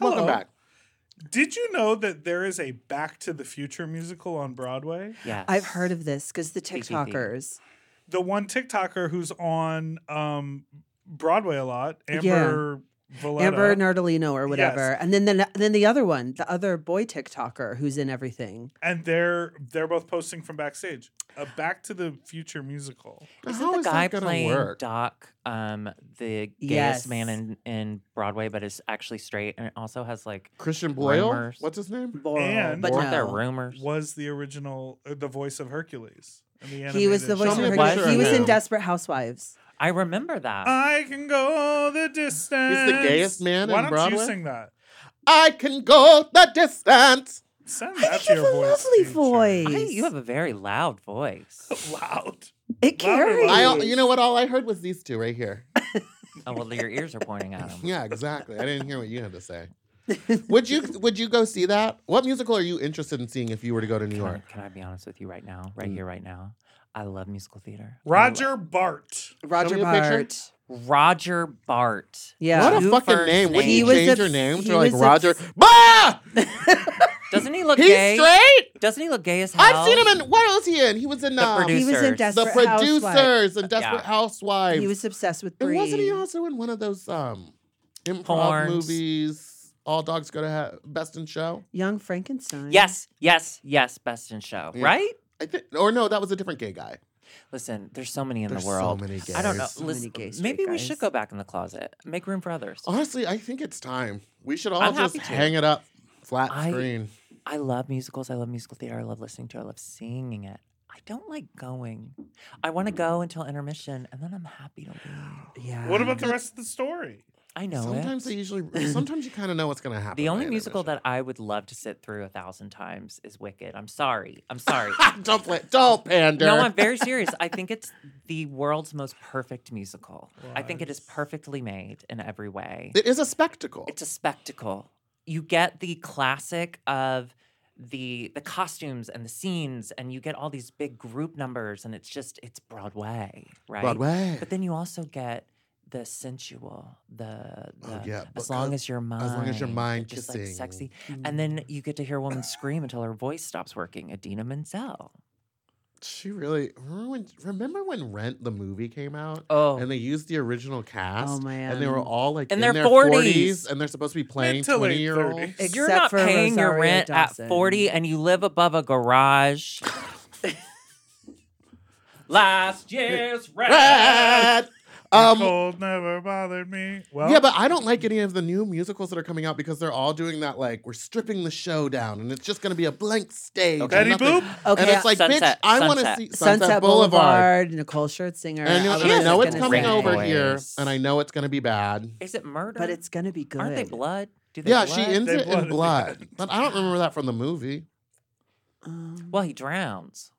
Welcome
Hello.
back.
Did you know that there is a Back to the Future musical on Broadway?
Yes.
I've heard of this because the
TBT.
TikTokers.
The one TikToker who's on um, Broadway a lot, Amber Valletta.
Amber Nardolino or whatever, and then the, then the other one, the other boy TikToker who's in everything.
and they're they're both posting from backstage a Back to the Future musical.
Isn't the guy playing Doc, um, the gayest man
Yes.
in, in Broadway, but is actually straight and it also has like
Christian Boyle?
Rumors.
What's his name?
Boral,
And-
but
weren't there
no.
rumors?
Was the original uh, the voice of Hercules? in the
He was
animated
the voice of
Show me
show.
a
Hercules.
picture
He
of
was in
him.
Desperate Housewives.
I remember that.
I can go the distance.
gayest man
Why
in
don't
Broadway?
you sing that?
I can go the distance.
Send
I
that
think
to
you
your
have a
voice.
lovely
teacher.
voice.
I- you have a very loud voice.
Loud.
It
Lovely
carries.
voice.
I al- you know what all I heard was these two right here.
oh well, your ears are pointing at him.
Yeah, exactly. I didn't hear what you had to say. Would you would you go see that? What musical are you interested in seeing if you were to go to New
Can I,
York?
can I be honest with you right now, right here, right now? I love musical theater. I lo-
Roger Bart.
Roger
Show me a picture.
Bart.
Roger Bart.
Yeah.
What a
New
fucking
first
name. Wouldn't
name.
you
He was
change
a-
your name
he
to like
was a-
Roger? Bah!
Doesn't he look
He's
gay?
straight?
Doesn't he look gay as hell?
I've seen him in what else he in? He was in
The
um,
He was in
Producers.
the
Desperate Housewives.
producers and Desperate
Yeah.
Housewives.
He was obsessed with
and
Brie.
wasn't he also in one of those um improv
Porns.
movies? All dogs go to ha- Best in Show.
Young Frankenstein.
Yes, yes, yes. Best in show,
Yeah.
right?
I think, or no, that was a different gay guy.
Listen, there's so many in
There's
the
so
world.
many
I don't know.
gays.
So many
Listen,
gay straight
maybe we should
guys.
go back in the closet. Make room for others.
Honestly, I think it's time. We should all
I'm
just
happy to.
hang it up flat
I-
screen.
I love musicals. I love musical theater. I love listening to. it. I love singing it. I don't like going. I want to go until intermission, and then I'm happy to leave.
Yeah.
What about the rest of the story?
I know
Sometimes
it.
they usually. Sometimes you kind of know what's going to happen.
The only
by
musical
intermission.
that I would love to sit through a thousand times is Wicked. I'm sorry. I'm sorry.
don't play, don't pander.
no, I'm very serious. I think it's the world's most perfect musical. I think it is perfectly made in every way.
It is a spectacle.
it's a spectacle. You get the classic of the the costumes and the scenes, and you get all these big group numbers, and it's just it's Broadway, right?
Broadway.
But then you also get the sensual, the, the
Oh, yeah,
as
because-
long as your mind,
long as your mind
just like
kissing.
sexy, and then you get to hear a woman scream until her voice stops working. Adina Menzel.
She really remember when, remember when Rent the movie came out?
Oh.
and they used the original cast. and they were
man.
all like
In
in,
their
their
40s.
forties, and they're supposed to be playing
Mid to late
twenty year olds.
30s.
Ex-
You're
Except
not
for
paying your
Rosario
rent
Dawson.
at 40 and you live above a garage. Last year's rent.
Rent! Um,
Cold never bothered me. Well,
yeah, but I don't like any of the new musicals that are coming out because they're all doing that like we're stripping the show down and it's just going to be a blank stage. and
Betty
nothing.
Boop.
Okay,
and it's like,
Sunset,
bitch, I want to
Sunset.
see
Sunset,
Sunset, Boulevard.
Nicole Scherzinger.
And I know,
was
and I
just
know
is
it's
gonna
coming
great
over
voice.
here, and I know it's going to be bad.
Is it murder?
but it's gonna be good.
Aren't they blood? Do they
Yeah,
blood?
she ends
They
it
blood at
in
the
blood,
end.
but I don't remember that from the movie.
Um,
Well, he drowns.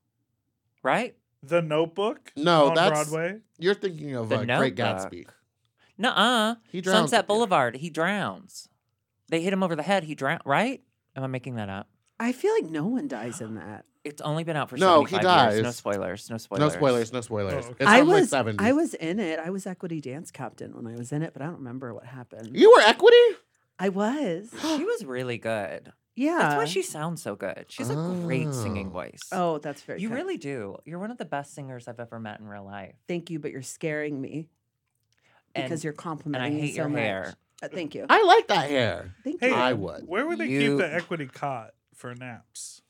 Right?
The Notebook.
No,
on
that's-
Broadway.
You're thinking of
The
uh, Great
Notebook.
Gatsby.
Nuh-uh.
He drowns at the
Sunset
end.
Boulevard. He drowns. They hit him over the head. He drowned. Right? Am I making that up?
I feel like no one dies in that.
It's only been out for
No, he
75 years. No
dies.
spoilers. No spoilers.
No spoilers, no spoilers.
Oh, okay.
It's
I
from, like,
was
70s.
I was in it. I was equity dance captain when I was in it, but I don't remember what happened.
You were equity?
I was.
She was really good.
Yeah.
That's why she sounds so good. She's a great singing
Oh.
voice.
Oh, that's very.
You
kind.
really do. You're one of the best singers I've ever met in real life.
Thank you, but you're scaring me because
And-
you're
and I
complimenting me
hate
so
your
much.
hair.
Uh, thank you.
I like that hair.
Thank
Hey,
you.
I would.
Where would they
You-
keep the equity cot for naps?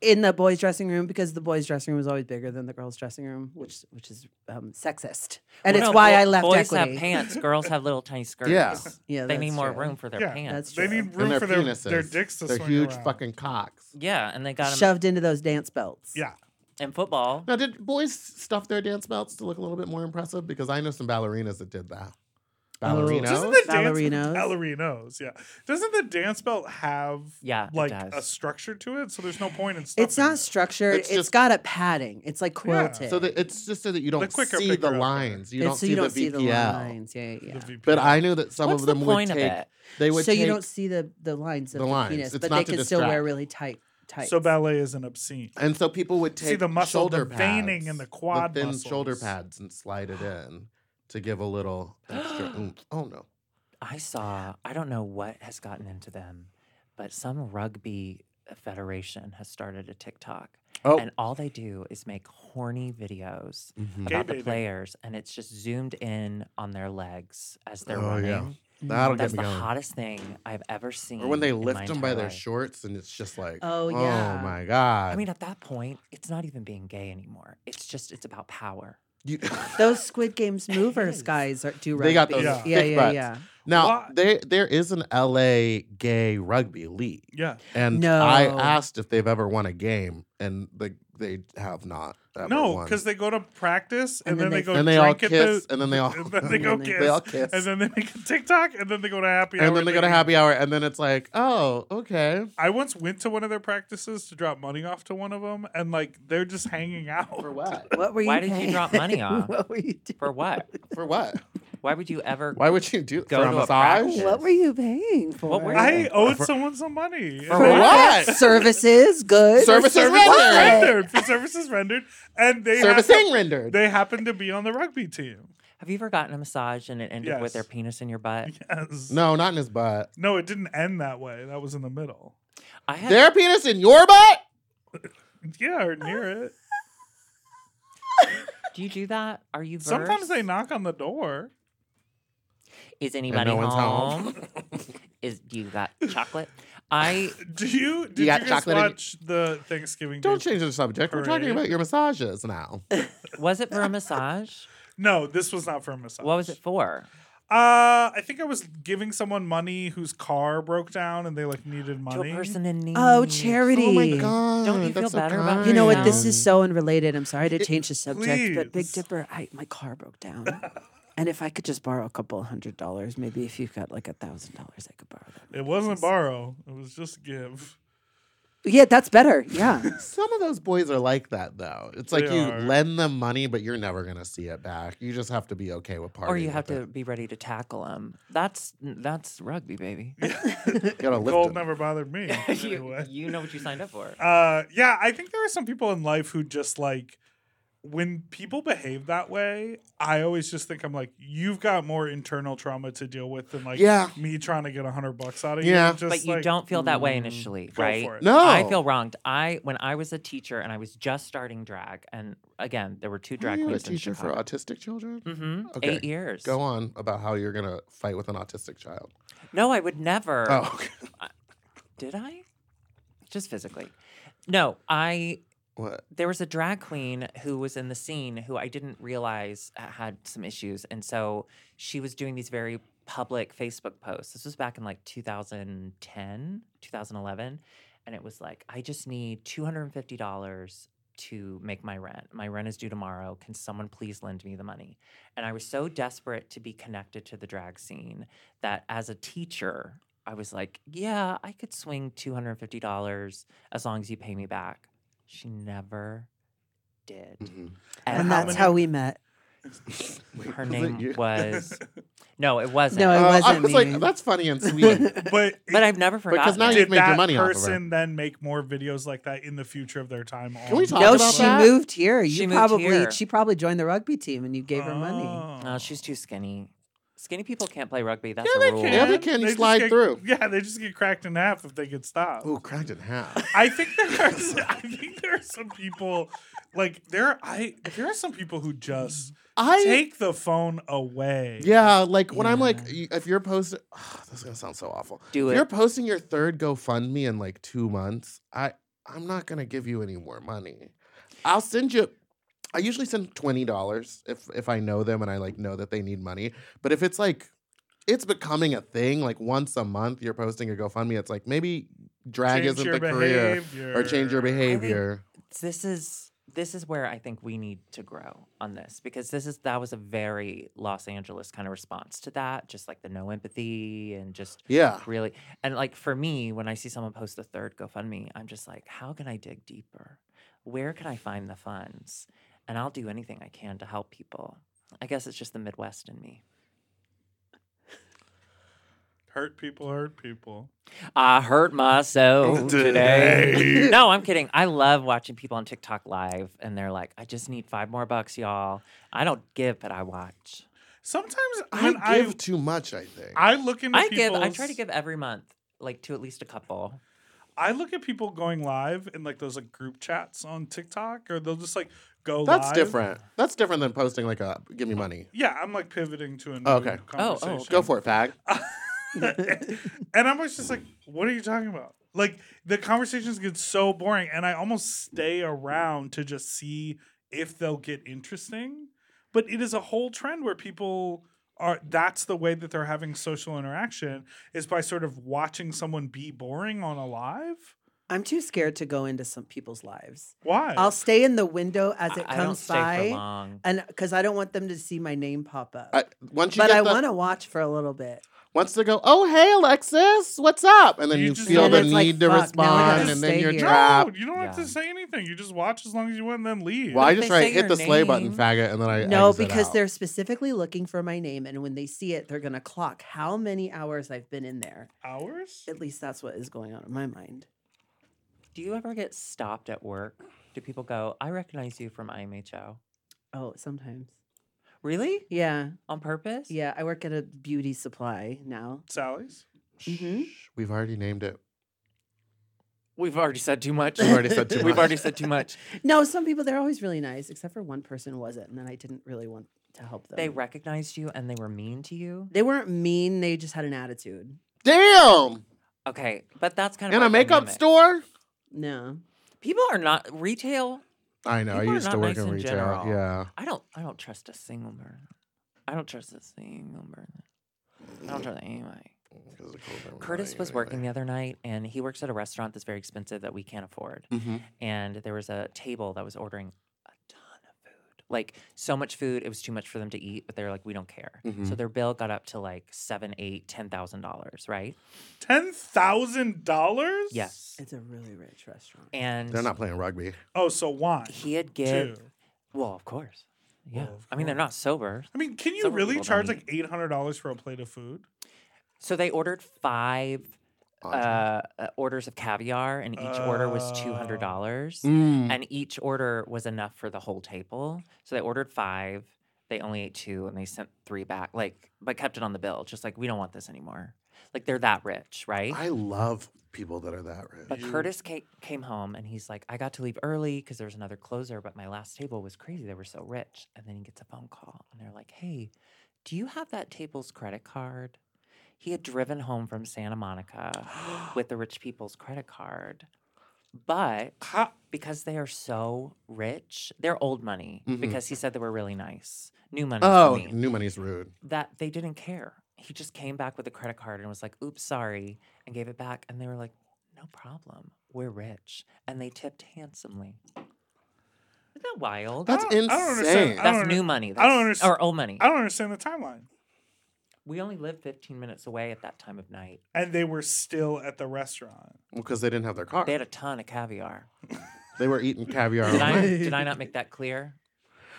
in the boys' dressing room because the boys' dressing room was always bigger than the girls' dressing room, which which is um, sexist, and
Well,
it's
no,
why
bo-
I left
Boys
equity.
have pants. Girls have little tiny skirts.
Yeah.
Yeah,
they need
that's
more
true.
room for their
Yeah,
pants.
They
true.
need room
And their
for their,
penises.
their dicks to
They're
swing
huge
around.
fucking cocks.
yeah, and they got them
shoved into those dance belts.
Yeah.
in football.
Now, did boys stuff their dance belts to look a little bit more impressive? Because I know some ballerinas that did that. Ballerinos.
Doesn't the
Ballerinos.
dance ballerinos? Yeah. Doesn't the dance belt have
Yeah, it
like
does.
a structure to it? So there's no point in stuffing
It's not
it.
structured.
It's
It's
just-
got a padding. It's like quilted.
so that it's just so that you don't
quicker
see the
picker-upper.
lines. You
It's
don't,
so
see,
you don't
the
see the
VPL.
lines. Yeah, yeah.
The
yeah.
VPL.
But I knew that some
What's
of
the
them would
point of
take.
it?
They would
so
take,
you don't see the the lines of
the
the,
lines.
penis,
It's
but
not
they
to
can still wear
distract.
really tight tights.
so ballet isn't obscene.
and so people would take
See the muscle,
shoulder
the
pads,
veining in the quad
the thin shoulder
muscles.
pads, and slide it in to give a little extra. oomph. Oh no!
I saw, I don't know what has gotten into them, but some rugby federation has started a TikTok.
Oh.
And all they do is make horny videos
Hmm.
Gay
about the
baiting.
players, and it's just zoomed in on their legs as they're
Oh,
running.
yeah. That'll
That's
get
the
me going.
hottest thing I've ever seen.
Or when they
in my
lift them by
entire
their
life.
shorts, and it's just like,
Oh, yeah.
oh my god!
I mean, at that point, it's not even being gay anymore. It's just, it's about power.
You-
Those Squid Games movers
is.
guys are, do rugby.
They got
those
yeah, yeah,
thick
yeah,
butts.
yeah.
now
Why-
there there is an LA gay rugby league,
Yeah.
and I
No.
asked if they've ever won a game, and they they have not. Ever
No,
won.
because they go to practice
And
and, then
then
they,
they-
go
and they all
drink at
kiss,
the,
and then they all
and then they go
And then
kiss,
they all kiss.
and then they make a TikTok, and then they go to happy hour,
and then they go to
eat.
happy hour, and then it's like, oh, okay.
I once went to one of their practices to drop money off to one of them, and like they're just hanging out.
what?
What were you?
Why did you
paying?
drop money off?
what were you doing?
For what?
For what?
Why would you ever?
Why would you do
Go
for a
to a
massage?
practice.
What were you paying for?
What were you
I
For-
owed someone some money.
For
And they-
what?
Services, good.
Services
Services
What?
rendered for services rendered, and they
Servicing
happened,
rendered.
they happened to be on the rugby team.
Have you ever gotten a massage and it ended with their
Yes.
penis in your butt?
Yes.
no, not in his butt.
No, it didn't end that way. That was in the middle.
I had.
Their penis in your butt?
Yeah, or near it.
Do you do that? Are you? Versed?
Sometimes they knock on the door.
Is anybody
no one's home.
home? Is do you got chocolate? I
Do you did you,
got
guys
chocolate in-
watch the Thanksgiving?
Don't
Day-
change the subject. We're talking
Parade.
about your massages now.
was it for a massage?
No, this was not for a massage.
What was it for?
Uh, I think I was giving someone money whose car broke down and they like needed
To
money.
a person in need.
Oh, charity.
Oh my god!
Don't you
that's
feel
so
better about
You know what? This
kind.
is so unrelated. I'm sorry to change the subject, but Big
please.
Dipper, I, my car broke down. and if I could just borrow a couple hundred dollars, maybe if you've got like a thousand dollars, I could borrow that.
It wasn't borrow. It was just give.
Yeah, that's better. Yeah.
Some of those boys are like that though. It's like
They
you
are.
lend them money, but you're never gonna see it back. You just have to be okay with partying.
Or you have
with
to be ready to tackle them. That's that's rugby, baby.
it. gotta lift
Gold
it.
never bothered me.
you,
anyway.
you know what you signed up for.
Uh, yeah, I think there are some people in life who just like when people behave that way. I always just think I'm like, you've got more internal trauma to deal with than like
Yeah.
me trying to get a hundred bucks out of
Yeah.
you. Just
but you
like, mm,
don't feel that way initially,
go
right?
for it.
No,
I feel wronged. I when I was a teacher and I was just starting drag, and again, there were two
Are
drag
you a
queens in
teacher for
Chicago.
autistic children?
hmm
Okay,
Eight years.
Go on about how you're gonna fight with an autistic child.
No, I would never.
Oh, okay.
Did I? Just physically. No, I
what?
there was a drag queen who was in the scene who I didn't realize h- had some issues. And so she was doing these very public Facebook posts. This was back in like 2010, 2011. And it was like, I just need $250 to make my rent. My rent is due tomorrow. Can someone please lend me the money? And I was so desperate to be connected to the drag scene that as a teacher, I was like, yeah, I could swing $250 as long as you pay me back. She never did.
Mhm.
Ever.
and that's how we met.
her
was it
name
you?
was. No, it wasn't.
No, it
Oh, I
wasn't
was
me.
like, that's funny and sweet.
But
but I've never forgotten.
now
it.
you-
did
made your
that
money off of her.
person then make more videos like that in the future of their time?
Can we
on?
talk
no,
about
she
that?
moved here. You
She moved
probably
here.
she probably joined the rugby team and you gave her
Oh.
money.
Oh.
No, Oh, she's too skinny. Skinny people can't play rugby. That's
Yeah,
a rule.
they can.
Yeah, they can. You
just
slide
get-
through.
Yeah, they just get cracked in half if they get stopped.
Oh, cracked in half.
I think there are. s- I think there are some people, like there. I there are some people who just
I
take the phone away.
Yeah, like when I'm like, y- if you're posting, this is gonna sound so awful.
Do
if
it.
You're posting your third GoFundMe in like two months. I I'm not gonna give you any more money. I'll send you. I usually send twenty dollars if if I know them and I like know that they need money. But if it's like, it's becoming a thing. Like once a month, you're posting a GoFundMe. It's like maybe drag
Change
isn't
your
the career or change your
behavior.
behavior.
This is this is where I think we need to grow on this because this is that was a very Los Angeles kind of response to that, just like the no empathy and just
Yeah.
really and like for me when I see someone post the third GoFundMe, I'm just like, how can I dig deeper? Where can I find the funds? And I'll do anything I can to help people. I guess it's just the Midwest in me.
Hurt people, hurt people.
I hurt myself
Today.
today. no, I'm kidding. I love watching people on TikTok live and they're like, I just need five more bucks, y'all. I don't give, but I watch.
Sometimes
I
when
give
I
too much, I think.
I look into
I give, I try to
people's-
give every month, like to at least a couple.
I look at people going live in like those like group chats on TikTok, or they'll just like go.
That's
live.
different. That's different than posting like a give me money.
Yeah, I'm like pivoting to a new
Okay.
Oh,
conversation.
oh,
Go for it, fag.
and I'm always just like, what are you talking about? Like the conversations get so boring, and I almost stay around to just see if they'll get interesting. But it is a whole trend where people are that's the way that they're having social interaction is by sort of watching someone be boring on a live.
I'm too scared to go into some people's lives.
Why?
I'll stay in the window as
I,
it
I don't
comes
stay for
by,
long.
and because I don't want them to see my name pop up.
I, once you
but
get
I
the,
want to watch for a little bit.
once they go, oh hey Alexis, what's up? And then
You
you,
just-
feel
And
the
it's like,
need to
fuck, now I
respond,
gotta
and then
stay
you're
here.
trapped.
No, you don't have to
Yeah.
say anything. You just watch as long as you want, and then leave.
Well, I
If
just
they
try
say
hit
your
the slay button,
name-
faggot, and then I
No,
exit
because
out.
they're specifically looking for my name, and when they see it, they're gonna clock how many hours I've been in there.
Hours?
At least that's what is going on in my mind.
Do you ever get stopped at work? Do people go, I recognize you from IMHO?
Oh, sometimes.
Really?
Yeah,
On purpose?
yeah. I work at a beauty supply now.
Sally's?
Mhm.
Shh, We've already named it.
We've already said too much.
We've already said too much.
We've already said too much.
No, some people they're always really nice, except for one person wasn't, and then I didn't really want to help them.
They recognized you and they were mean to you.
They weren't mean. They just had an attitude.
Damn!
Okay, but that's kind of
In
our
a makeup
dynamic.
store?
No.
People are not retail.
I know.
People
I
are
used to
not
work
nice
in
in
retail.
general.
Yeah.
I don't. I don't trust a single person. I don't trust a single person. I don't trust anybody. Curtis was working the other night, and he works at a restaurant that's very expensive that we can't afford.
hmm
And there was a table that was ordering a ton of food, like so much food, it was too much for them to eat. But they're like, we don't care. So
Mhm.
their bill got up to like seven, eight, ten thousand dollars, right?
Ten thousand dollars?
Yes.
It's a really rich restaurant.
And
They're not playing rugby.
Oh, so wine.
He had
too.
give. Well, of course. Yeah.
of
I mean, they're not sober.
I mean, can you
Some
really
people
charge
don't
like eight hundred dollars for a plate of food?
So they ordered five
Andre.
uh, uh, orders of caviar, and each order was two hundred dollars,
Mm.
and each order was enough for the whole table. So they ordered five. They only ate two, and they sent three back. Like, but kept it on the bill. Just like we don't want this anymore. Like they're that rich, right?
I love people that are that
But
rich.
Curtis ca- came home and he's like, I got to leave early because there was another closer, but my last table was crazy. They were so rich. And then he gets a phone call and they're like, Hey, do you have that table's credit card? He had driven home from Santa Monica with the rich people's credit card. But
How,
because they are so rich, they're old money
Mhm.
because he said they were really nice. New money. to
Oh,
me
new money's rude.
that they didn't care. He just came back with a credit card and was like, oops, sorry, and gave it back. And they were like, no problem. We're rich. And they tipped handsomely. Isn't that wild?
That's
I don't- I don't understand.
insane.
I
That's
don't
new
underst-
money.
I don't
That's-
underst-
Or old money.
I don't understand the timeline.
We only live 15 minutes away at that time of night.
And they were still at the restaurant.
Because they didn't have their
Uh
car.
They had a ton of caviar.
They were eating caviar.
Did I,
online.
did I not make that clear?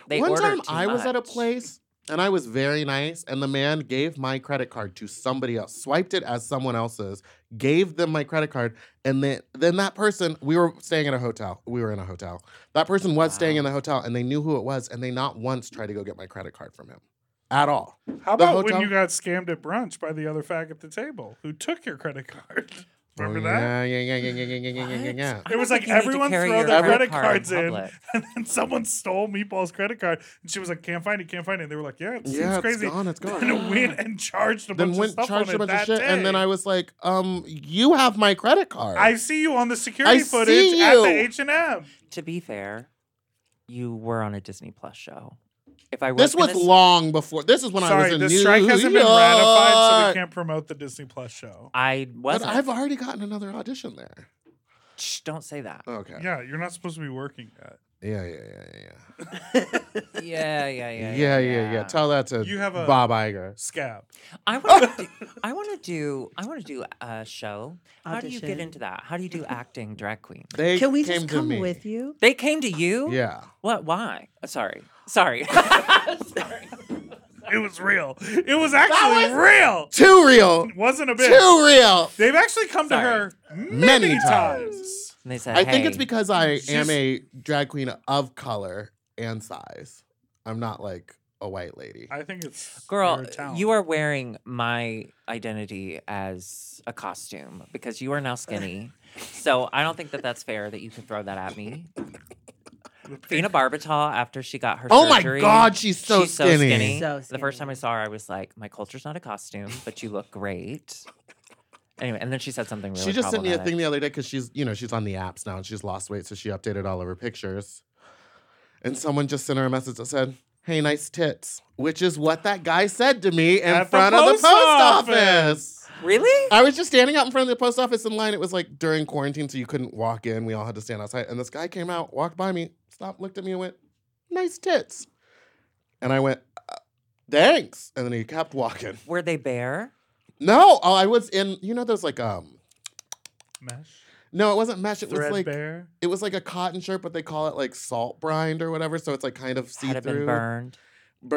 They
One
ordered
time
too
I was at a
much.
place and I was very nice, and the man gave my credit card to somebody else, swiped it as someone else's, gave them my credit card, and then then that person we were staying at a hotel. We were in a hotel. That person was staying in the hotel, and they knew who it was, and they not once tried to go get my credit card from him at all.
How
The
about
hotel-
when you got scammed at brunch by the other fag at the table who took your credit card? Remember
Oh,
that?
Yeah, yeah, yeah, yeah, yeah, yeah, yeah, yeah,
What?
yeah.
I
It
don't
was
think
like
you need to
everyone
carry
throw
your
their
credit
credit
card in
cards in,
public.
and then someone stole Meatball's credit card, and she was like, "Can't find it, can't find it." And they were like, "Yeah, it seems
Yeah, it's
crazy."
gone, it's gone.
And went and charged a
Then
bunch
went
of stuff
charged
on
a bunch
it
of
that
shit,
day.
and then I was like, "Um, you have my credit card."
I see you on the security
see
footage at the
you.
H and M.
To be fair, you were on a Disney Plus show. If I
this
was
was long before. This is when I
Sorry,
was in
the
New
strike hasn't been
York.
ratified, so we can't promote the Disney Plus show.
I
But
wasn't.
I've already gotten another audition there.
Shh, don't say that.
Okay.
Yeah, you're not supposed to be working yet.
Yeah, yeah, yeah, yeah, yeah.
Yeah, yeah, yeah.
Yeah, yeah, yeah. Tell that to
You have a-
Bob Iger.
Scab.
I want to. I want to do. I want to do a show. How do you get
Audition.
into that? How do you do acting, drag queen?
They
Can we
came
just
to
come
me.
with you?
They came to you.
Yeah.
What? Why? Uh, Sorry. Sorry.
It was real. It was actually real.
Too real.
Wasn't a bit.
Too real.
They've actually come
Sorry.
to her many,
Many
times.
And they said,
I think
"Hey."
it's because I am a drag queen of color and size. I'm not like a white lady.
I think it's
Girl,
your talent.
you are wearing my identity as a costume because you are now skinny. so I don't think that that's fair that you can throw that at me. Fina Barbital, after she got her
Oh my
surgery,
God, she's so
she's
skinny.
So
The first time
skinny.
I saw her, I was like, "My culture's not a costume, but you look great." Anyway, and then she said something really.
she just sent me a
problematic.
thing the other day because she's, you know, she's on the apps now and she's lost weight, so she updated all of her pictures. And someone just sent her a message that said, "Hey, nice tits," which is what that guy said to me in
At the
front of the
post
post
office.
office.
Really?
I was just standing out in front of the post office in line. It was like during quarantine, so you couldn't walk in. We all had to stand outside. And this guy came out, walked by me, stopped, looked at me, and went, Nice tits. And I went, "Uh, Thanks. And then he kept walking.
Were they bare?
No, oh, I was in, you know, those like, um,
mesh,
no, it wasn't mesh. It was like,
threadbare.
it was like a cotton shirt, but they call it like salt brined or whatever. So it's like kind of see
Had it been
through.
burned?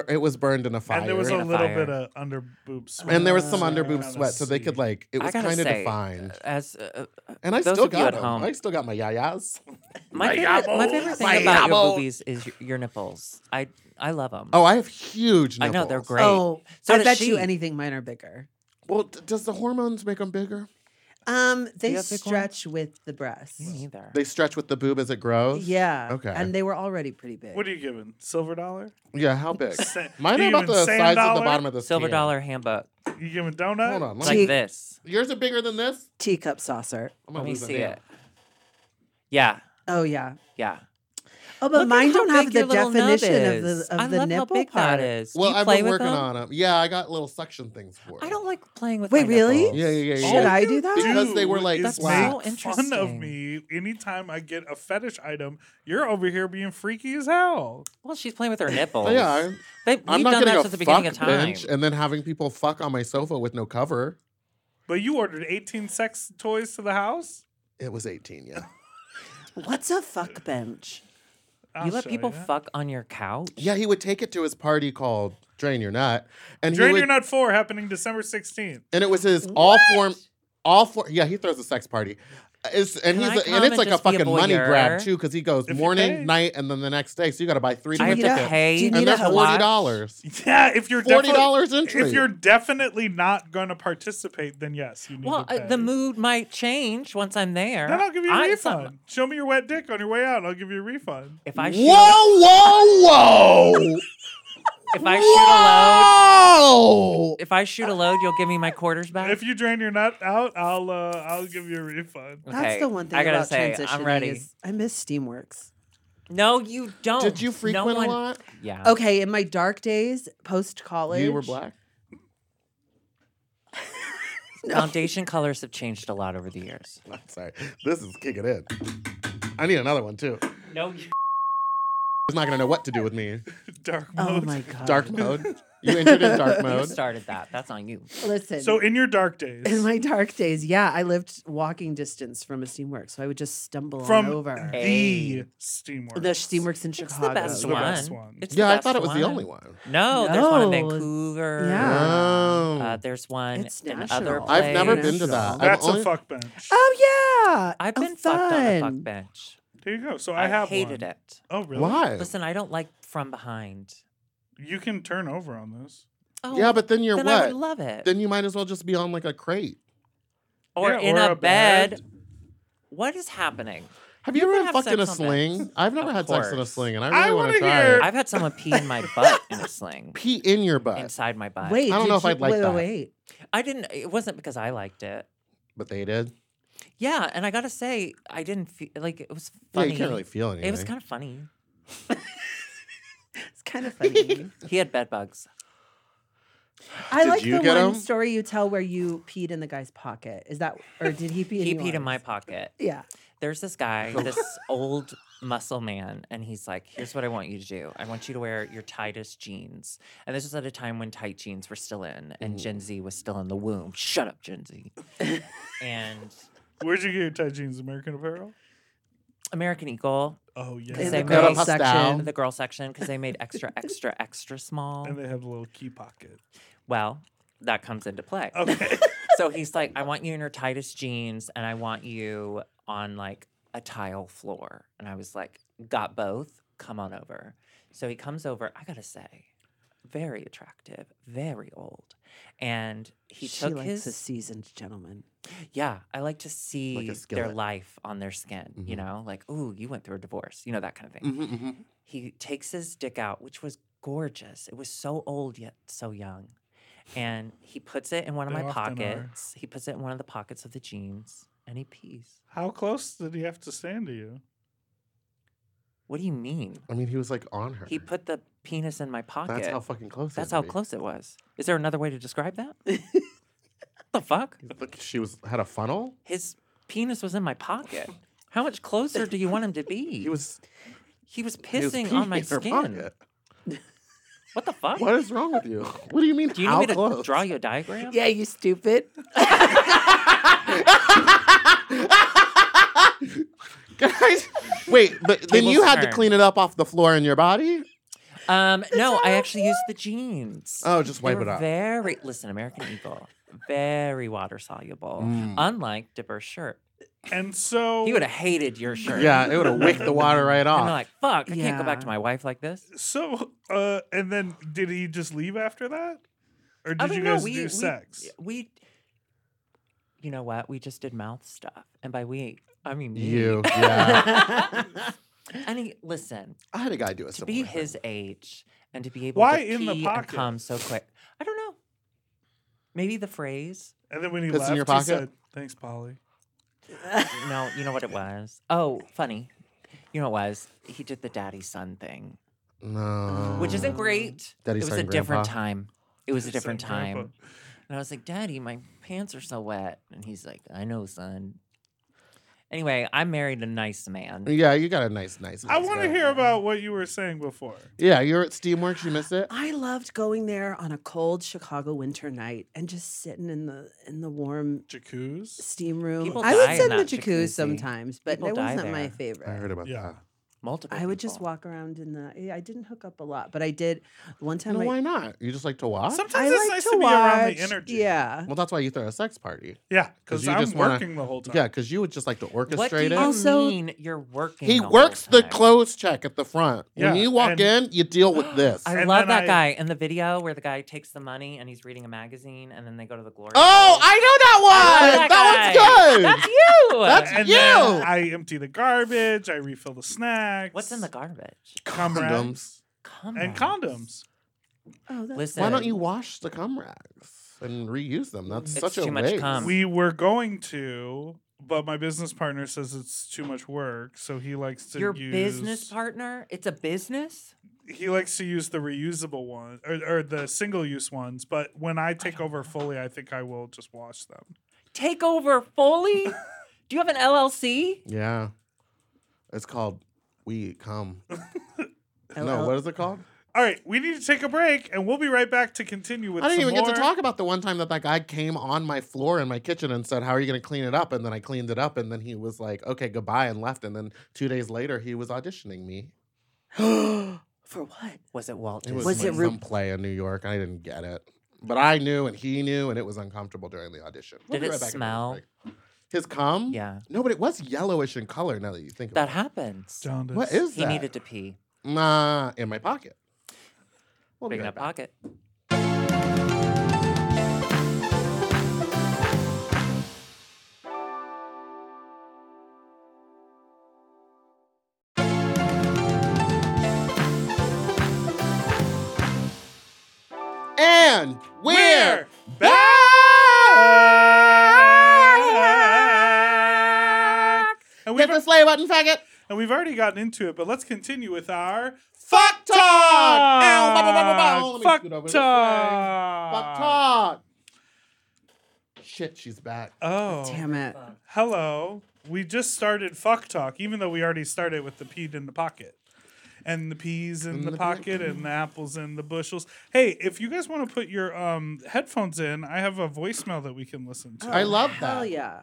It was burned in a fire.
and there was a
In a
little
fire.
bit of under boob sweat.
And there was some
so you
under
could
boob
kinda
sweat, so they
see.
could like it
I
was
gotta
kind of
say,
defined.
As uh, uh,
And I
those
still
of you
got
at
'em.
home-
I still got my yayas.
my favorite, my favorite thing
My
about your
yabble.
boobies is your, your nipples. I I love them.
Oh, I have huge
I
nipples.
know, they're great.
Oh,
So
I
does
bet you
she.
anything mine are bigger.
Well, d- does the hormones make them bigger?
Um, they
you have big ones?
stretch with the breasts.
Me neither.
They stretch with the boob as it grows?
Yeah.
Okay.
And they were already pretty big.
What are you giving? Silver dollar?
Yeah, how big?
Sa-
Mine
you
are about
giving
the
sand
size of
dollar?
the bottom of this
Silver
can.
dollar handbook
You giving donut?
Hold on. Let
like
me,
Gee.
this.
yours are bigger than this?
Teacup saucer.
I'm
Let
gonna
me
lose a
see
nail.
it. Yeah,
Oh yeah.
yeah.
Oh, but
Look at
mine
how
don't have
big
the
your little nub
definition of
is.
the of
I
the
love how
nipple
big
part.
that is. Do
Well,
you
I've
play
been
with
working
them?
on them. Yeah, I got little suction things for it.
I don't like playing with.
Wait,
my
really?
nipples.
Yeah, yeah, yeah,
Should
yeah.
I do that?
Because they were
do
like
is
That's so
make Fun of
interesting.
me anytime I get a fetish item. You're over here being freaky as hell.
Well, she's playing with her nipples.
But yeah, I-
they, we've
I'm not gonna
done that
go
since the
fuck
beginning of time.
bench and then having people fuck on my sofa with no cover.
But you ordered 18 sex toys to the house.
It was 18, yeah.
What's a fuck bench?
I'll
you let
show
people
ya.
fuck on your couch?
yeah, he would take it to his party called Drain Your Nut, and
Drain
he would,
Your Nut 4 happening December 16th.
and it was his all form, all form. Yeah, he throws a sex party. Uh, It's, and
Can
he's
I
a,
come
and it's
and
like a
just be a
fucking money grab
voyeur?
too because he goes
If you pay.
morning, night, and then the next day. So you got to buy three
I have
different
need
to
a-
tickets,
pay.
do you
and
need a
they're
watch?
forty dollars.
Yeah, if you're
Forty
definitely-
dollars entry.
If you're definitely not going to participate, then yes, you need
Well,
to
uh,
pay.
the mood might change once I'm there.
Then I'll give you a
I- some-
refund. Show me your wet dick on your way out. and I'll give you a refund.
If I shoot,
whoa, whoa, whoa!
if I shoot a load,
Whoa!
if I shoot a load, you'll give me my quarters back.
If you drain your nut out, I'll uh, I'll give you a refund.
Okay,
That's the one thing
I gotta
about
say,
transitioning
I'm ready.
is I miss Steamworks.
no, you don't.
Did you
No
frequent
one-
a lot?
Yeah.
Okay, in my dark days, post college,
You were black.
Foundation colors have changed a lot over the years.
I'm sorry. This is kicking in. I need another one too.
No, you
He's not gonna know what to do with me.
Dark
Oh
mode.
my
Uh,
god,
Dark mode. You entered in dark mode.
started that. That's on you.
Listen,
So in your dark days,
in my dark days, yeah, I lived walking distance from a Steamworks, so I would just stumble
from
on over
the Steamworks,
the Steamworks in
It's
uh,
Chicago.
the best
The
one.
best one.
It's the
Yeah, I
best
thought it was the
one.
only one.
No, there's one in
No, it's-
Vancouver.
Oh.
Uh, there's one
It's
in other
national.
I've never
place.
been to that. I've
That's
only-
a fuck bench.
Oh yeah,
I've
Oh,
been fucked on the
fun.
fuck bench.
There you go. So I, have
hated
one.
it.
Oh really?
Why?
Listen, I don't like from behind.
You can turn over on this.
Oh,
Yeah, but then you're
then
what?
I would love it.
then you might as well just be on like a crate.
or
Yeah,
in
or
a,
a
bed.
bed.
What is happening?
Have you ever
can
been
have
fucked in a
sex on beds.
sling? I've never
Of
had sex in a
course.
sling, and I
I
really want
wanna
to try
hear-
it.
I've had someone pee in my butt in a sling
Pee in your butt,
inside my butt.
Wait,
I don't
did
know if
you-
I'd like
wait,
that.
Wait,
I didn't. It wasn't because I liked it.
but they did.
Yeah, and I gotta say, I didn't feel like it was
Yeah,
funny.
you can't really feel anything.
It was kind of funny.
it's kind of funny.
He had bed bugs.
I
Did
like
you
the
get 'em?
one story you tell where you peed in the guy's pocket. Is that or did he pee? in
He
yours?
peed in my pocket.
Yeah.
There's this guy, this old muscle man and he's like, here's what I want you to do. I want you to wear your tightest jeans. And this was at a time when tight jeans were still in
Mm-hmm.
and Gen Z was still in the womb. Shut up, Gen Z. and
Where'd you get your tight jeans? American Apparel?
American Eagle,
Oh, yeah.
in
they
the
made-
girl
Pastel.
section.
the girl section, because they made extra, extra, extra small.
Um. And they have a little key pocket.
Well, that comes into play.
Okay.
so he's like, I want you in your tightest jeans and I want you on like a tile floor. And I was like, got both. Come on over. So he comes over, I gotta say, very attractive, very old. And he
she
took
likes
his
a seasoned gentleman.
yeah, I like to see their
skillet.
life on their skin, you know, like, ooh, you went through a divorce, you know, that kind of thing.
Mm-hmm,
He takes his dick out, which was gorgeous. It was so old yet so young. And he puts it in one of
They
my
often are.
pockets. He puts it in one of the pockets of the jeans and he pees.
How close did he have to stand to you?
What do you mean?
I mean, he was like on her.
He put the penis in my pocket.
That's how fucking close. he
That's
had
how
to be.
close it was. Is there another way to describe that? the fuck?
Look, she was had a funnel.
His penis was in my pocket. How much closer do you want him to be?
He was
He was
he was
pissing on
peeing
my
in her
skin.
pocket.
What the fuck?
What is wrong with you? What do you mean?
Do you
how
need me
close?
to draw you a diagram?
Yeah, you stupid.
Guys, wait, but then
Tables
you had to
turn.
clean it up off the floor in your body.
Um, no, I actually used the jeans.
Oh, just
They
wipe
were
it up.
Very listen, American Eagle, very water soluble.
Mm.
Unlike Dipper's shirt,
And so
he would have hated your shirt.
Yeah, it would have wicked the water right
and
off.
they're like, "Fuck, I can't go back
Yeah.
to my wife like this."
So, uh, and then did he just leave after that, or
I
did you
don't know,
guys
we-
do
we-
sex?
We, you know what? We just did mouth stuff, and by we, I mean me.
you, yeah.
And he, listen,
I had a guy do it.
to be his age and to be able
Why
to
in the
pee and
pocket?
come so quick. I don't know. Maybe the phrase.
And then when he
Piss in
left,
your
he
pocket?
said, "Thanks, Polly."
No, you know what it was. Oh, funny. You know what it was. He did the daddy son thing,
no,
which isn't great.
Oh. Daddy
it was
son
a different
grandpa.
time. It was a different
Said Grandpa.
time. And I was like, Daddy, my pants are so wet. And he's like, I know, son. Anyway, I married a nice man.
Yeah, you got a nice, nice.
I
nice
want to
guy.
hear about what you were saying before.
Yeah, you're at Steamworks. You miss it.
I loved going there on a cold Chicago winter night and just sitting in the in the warm
Jacuz.
steam room.
People
I would
die in
sit in the
that
jacuzzi
jacuzzi.
sometimes, but
People
it
die
wasn't my
there.
favorite.
I heard about
Yeah.
that.
Multiple.
I would just
people.
walk around in the. yeah, I didn't hook up a lot, but I did one time.
No,
I,
why not? You just like to watch.
Sometimes
I
it's
like
nice
to,
to, be around
watch.
the energy.
Yeah.
Well, that's why you throw a sex party.
yeah,
'Cause
because
you
I'm
just wanna-
working the whole time.
Yeah, because you would just like to
What do
orchestrate
you
it.
Also-
mean you're working?
He
the whole
works the
time?
clothes check at the front. When
Yeah,
you walk
and-
in, you deal with this.
I
And
love
then
that
I-
guy in the video where the guy takes the money and he's reading a magazine and then they go to the glory.
Oh,
hole.
I know that one.
love that
that one's good.
That's you.
That's
And
you.
then I empty the garbage. I refill the snacks.
What's in the garbage?
cum
Condoms.
rags
Come
and condoms?
Oh, that's
Listen,
Why don't you wash the cum rags and reuse them? That's
It's
such a
too much
waste.
cum.
We were going to, but my business partner says it's too much work, so he likes to
your
use
business partner? It's a business.
He likes to use the reusable one or, or the single-use ones. But when I take over fully, I think I will just wash them.
Take over fully. Do you have an LLC?
Yeah. It's called We Eat Cum.
Oh,
no,
LL.
what is it called?
All right, we need to take a break, and we'll be right back to continue with.
I didn't
some
even get to
more-
talk about the one time that that guy came on my floor in my kitchen and said, "How are you going to clean it up?" And then I cleaned it up, and then he was like, "Okay, goodbye," and left. And then two days later, he was auditioning me.
for what?
Was it Walt?
It was,
Was
like
it Ru-
some play in New York. I didn't get it, but I knew, and he knew, and it was uncomfortable during the audition.
Did
be
it
right back after this
smell?
break. His cum?
Yeah.
No, but it was yellowish in color. Now that you think
That
about
happens.
Jaundice.
it, what is
He
that?
needed to pee.
Nah, in my pocket. We'll be
Big
right
enough
back.
pocket.
And we're
We're back. And
hit
we've,
the slay button, faggot.
and we've already gotten into it, but let's continue with our
Fuck talk. Ow, ba, ba, ba, ba, ba. Let
Fuck
me
talk.
scoot over this way. Fuck
Fuck
talk. Shit, she's back.
Oh.
Damn it.
Hello. we just started fuck talk, even though we already started with the peed in the pocket. And the peas in, the, pocket and the apples in the bushels. Hey, if you guys want to put your um, headphones in, I have a voicemail that we can listen to.
I love
Oh, Hell
that.
yeah.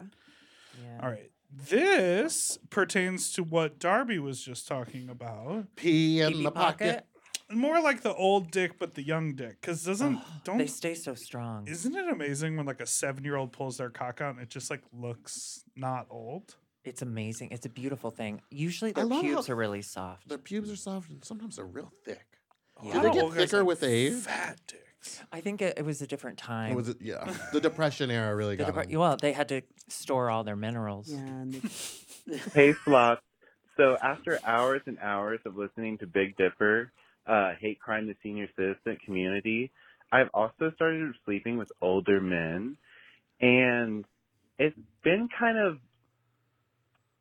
All right. This pertains to what Darby was just talking about.
Pee in
Baby
the pocket.
More like the old dick, but the young dick. Because doesn't
They
don't
stay so strong.
isn't it amazing when like a seven year old pulls their cock out and it just like looks not old?
It's amazing. It's a beautiful thing. Usually their
love
pubes
how-
are really soft.
Their pubes are soft and sometimes they're real thick.
Yeah.
Do
I
they
don't
get
look at
thicker with age?
Fat dicks.
I think it, it was a different time.
Or was it? Yeah. The Depression era really
The
got
depart-
'em.
well, they had to store all their minerals.
Yeah. and the-
Hey, Flock. So after hours and hours of listening to Big Dipper, uh, hate crime, the senior citizen community, I've also started sleeping with older men, and it's been kind of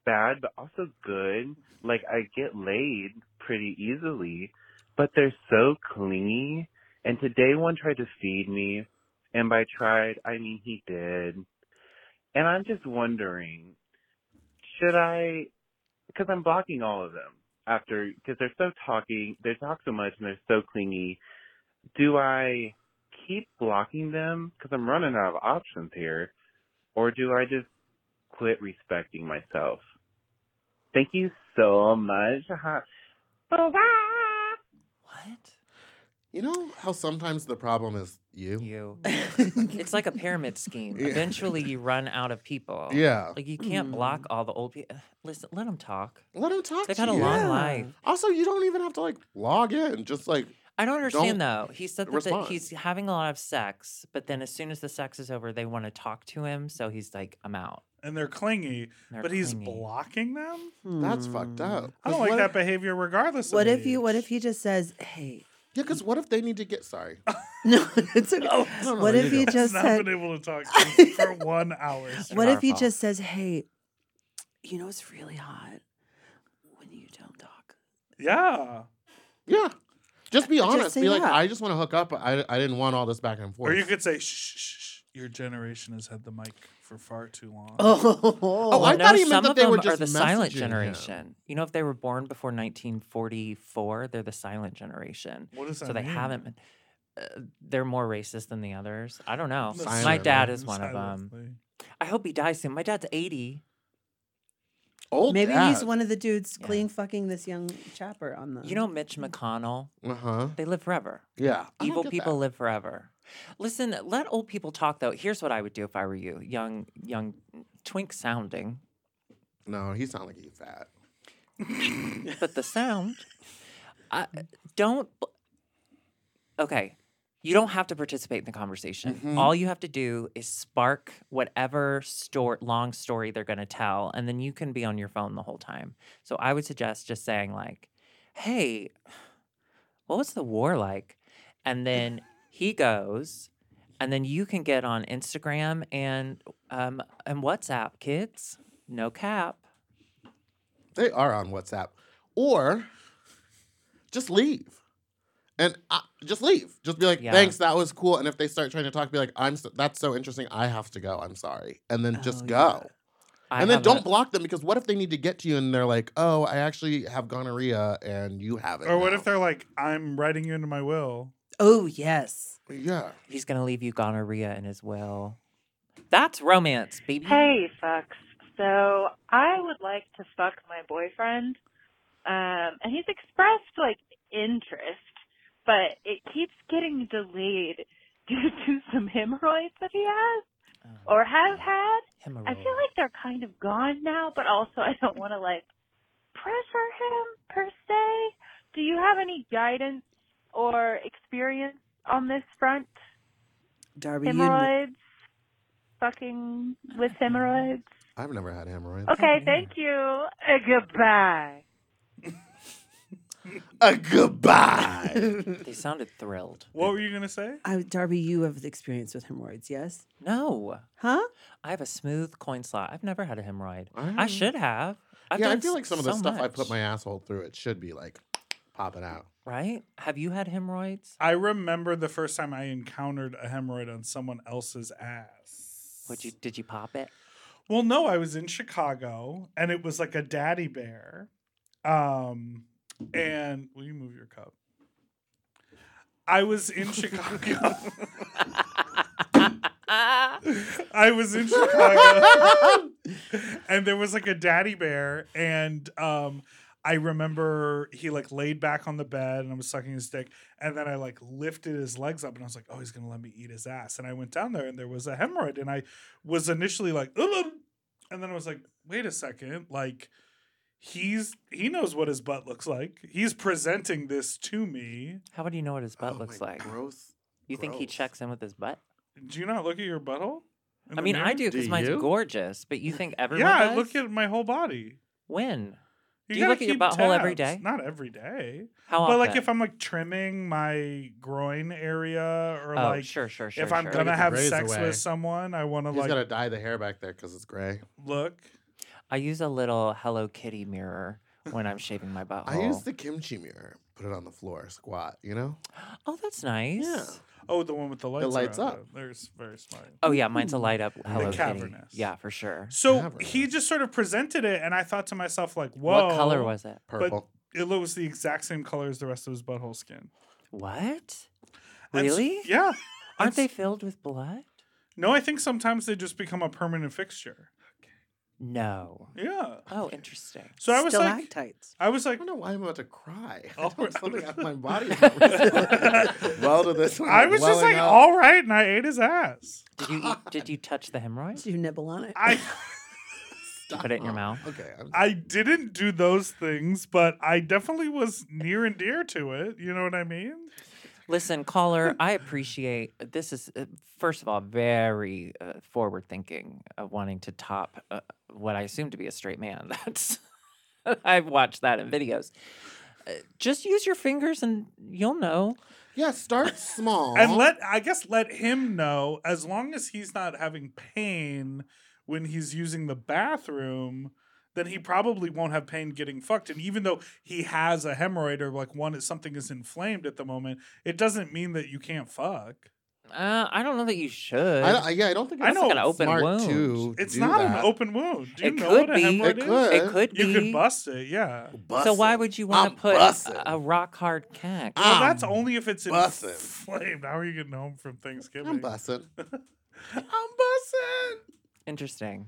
bad, but also good. Like I get laid pretty easily, but they're so clingy. And today one tried to feed me, and by tried I mean he did. And I'm just wondering, should I? Because I'm blocking all of them after because they're so talking, they talk so much, and they're so clingy. Do I keep blocking them because I'm running out of options here, or do I just quit respecting myself? Thank you so much. Bye.
What?
You know how sometimes the problem is you?
You. it's like a pyramid scheme.
Yeah.
Eventually you run out of people.
Yeah.
Like you can't
Mm.
block all the old people. Listen, let them talk.
Let him talk
They've
to
had a
you.
long
Yeah.
life.
Also, you don't even have to like log in. Just like,
I don't understand
Don't
though. He said that, the-
respond.
he's having a lot of sex, but then as soon as the sex is over, they want to talk to him. So he's like, I'm out.
And they're clingy,
They're
but he's
clingy.
blocking them.
that's
Hmm.
fucked up.
I don't like that behavior, regardless. of
What if you?
age.
What if he just says, "Hey"?
Yeah, because what if they need to get, sorry.
No, it's okay.
no, no,
what
you
if he
go.
He's
just
not
said?
been able to talk to me for one hour?
What if he
powerful.
just says, "Hey, you know it's really hot when you don't talk."
Yeah.
Yeah. Just be
Just
honest.
say
be like,
that.
I just want to hook up. I, I didn't want all this back and forth.
Or you could say, shh, shh, shh, your generation has had the mic for far too long.
Oh,
Oh, I
no,
thought he meant
some
that
of
they
them
were
are
just
the silent
messaging him.
generation. You know, if they were born before 1944, they're the silent generation.
What does that
so they
mean?
haven't been. Uh, they're more racist than the others. I don't know. My
Silently.
dad is one of them.
Silently.
I hope he dies soon. My dad's 80.
Old
maybe he's
dad.
one of the dudes
Yeah.
clean fucking this young chapper on the.
You know, Mitch McConnell,
Uh huh.
they live forever.
Yeah. I don't
Evil
get
people
that.
live forever. Listen, let old people talk though. Here's what I would do if I were you, young, young, twink sounding,
No, he sounds like he's fat.
but the sound. I, don't. b- Okay, you don't have to participate in the conversation.
Mhm.
All you have to do is spark whatever store, long story they're going to tell, and then you can be on your phone the whole time. So I would suggest just saying like, "Hey, what was the war like?" And then he goes, and then you can get on Instagram and um and WhatsApp, kids. No cap.
They are on WhatsApp. Or just leave. And I, just leave. Just be like,
Yeah.
thanks, that was cool. And if they start trying to talk, be like, I'm so, that's so interesting. I have to go. I'm sorry. And then just
Oh,
go.
yeah.
I
and then
have
don't
a-
block them because what if they need to get to you and they're like, oh, I actually have gonorrhea and you have it.
Or what
now."
if they're like, I'm writing you into my will?
oh yes.
Yeah.
He's gonna leave you gonorrhea in his will. That's romance, baby.
Hey, fucks. So I would like to fuck my boyfriend, um, and he's expressed like interest, but it keeps getting delayed due to some hemorrhoids that he has
Oh,
or has had. I
hemorrhoid.
feel like they're kind of gone now, but also I don't want to like pressure him per se. Do you have any guidance or experience on this front?
Darby, you kn-
Hemorrhoids, fucking with hemorrhoids.
I've never had hemorrhoids.
Okay, thank you. Uh, goodbye.
A Uh, goodbye.
they sounded thrilled.
What were you going to say?
I, Darby, you have the experience with hemorrhoids, yes?
No,
Huh?
I have a smooth coin slot. I've never had a hemorrhoid. I
Wow.
should have. I've
yeah, I
done
feel
s-
like some of the
so
stuff I put
much,
my asshole through, it should be like popping out.
right. Have you had hemorrhoids?
I remember the first time I encountered a hemorrhoid on someone else's ass.
Would you? Did you pop it?
Well, no, I was in Chicago and it was like a daddy bear. Um, and will you move your cup? I was in Chicago. I was in Chicago. and there was like a daddy bear and um I remember he like laid back on the bed and I was sucking his dick and then I like lifted his legs up and I was like, "Oh, he's going to let me eat his ass." And I went down there and there was a hemorrhoid and I was initially like, "Ugh." and then I was like, "Wait a second, like he's he knows what his butt looks like. He's presenting this to me.
How would you know what his butt
Oh
looks
my
like?
Gross.
You think he
gross.
checks in with his butt?
Do you not look at your butthole?" in
I
the
mean, I
mirror?
do because
Do
mine's
you?
gorgeous, but you think everyone
Yeah,
does?
I look at my whole body.
when? Do you
gotta
look at your
keep
butthole every day?
tabs.
Oh,
Not every day.
How
but
often?
like if I'm like trimming my groin area or
oh,
like
sure, sure, sure.
if I'm
sure.
gonna
Gotta get the
have
grays
sex
away.
with someone, I want to
He's
like
gotta dye the hair back there because it's gray.
look.
I use a little Hello Kitty mirror when I'm shaving my butthole.
I use the kimchi mirror. Put it on the floor, squat. You know.
Oh, that's nice.
Oh, the one with the lights.
lights
around
up.
it. They're s- very smart.
Oh yeah, mine's a light up Hello Kitty.
cavernous.
Yeah, for sure.
So
Cavernous.
he just sort of presented it, and I thought to myself, like, whoa.
What color was it?
Purple.
it? Was the exact same color as the rest of his butthole skin.
What?
And s-
Really?
yeah.
Aren't they
It's-
filled with blood?
No, I think sometimes they just become a permanent fixture.
No.
Yeah.
Oh, interesting.
So I was like,
Stalactites.
I was
I
like,
don't know why I'm about to cry.
All
I don't- Something
right.
out of my body. is not responding well, to this.
I was just
blowing
like,
up.
all right, and I ate his ass.
Did you eat, did you touch the hemorrhoid?
Did you nibble on it?
I oh.
Did you put it in your mouth?
Uh-huh. Okay. I'm,
I didn't do those things, but I definitely was near and dear to it. You know what I mean?
Listen, caller, I appreciate this is uh, first of all very uh, forward thinking of wanting to top uh, what I assume to be a straight man. That's I've watched that in videos. Uh, just use your fingers and you'll know.
yeah, start small.
And let I guess let him know as long as he's not having pain when he's using the bathroom, then he probably won't have pain getting fucked. And even though he has a hemorrhoid or like one something is inflamed at the moment, it doesn't mean that you can't fuck.
Uh, I don't know that you should.
I don't, yeah, I don't think
I
it's
know
an open
smart
wound.
to
It's
do
not
that.
an open wound. Do you
It
know
could
what a
be.
hemorrhoid
It
is?
could.
it could be.
You could bust it, yeah.
so why
Bussin'.
would you want
I'm
to put
bussin'.
a, a rock hard cock?
Well,
I'm
that's only if it's
Um, bussin'.
inflamed. How are you getting home from Thanksgiving?
I'm busting.
I'm bussing.
Interesting.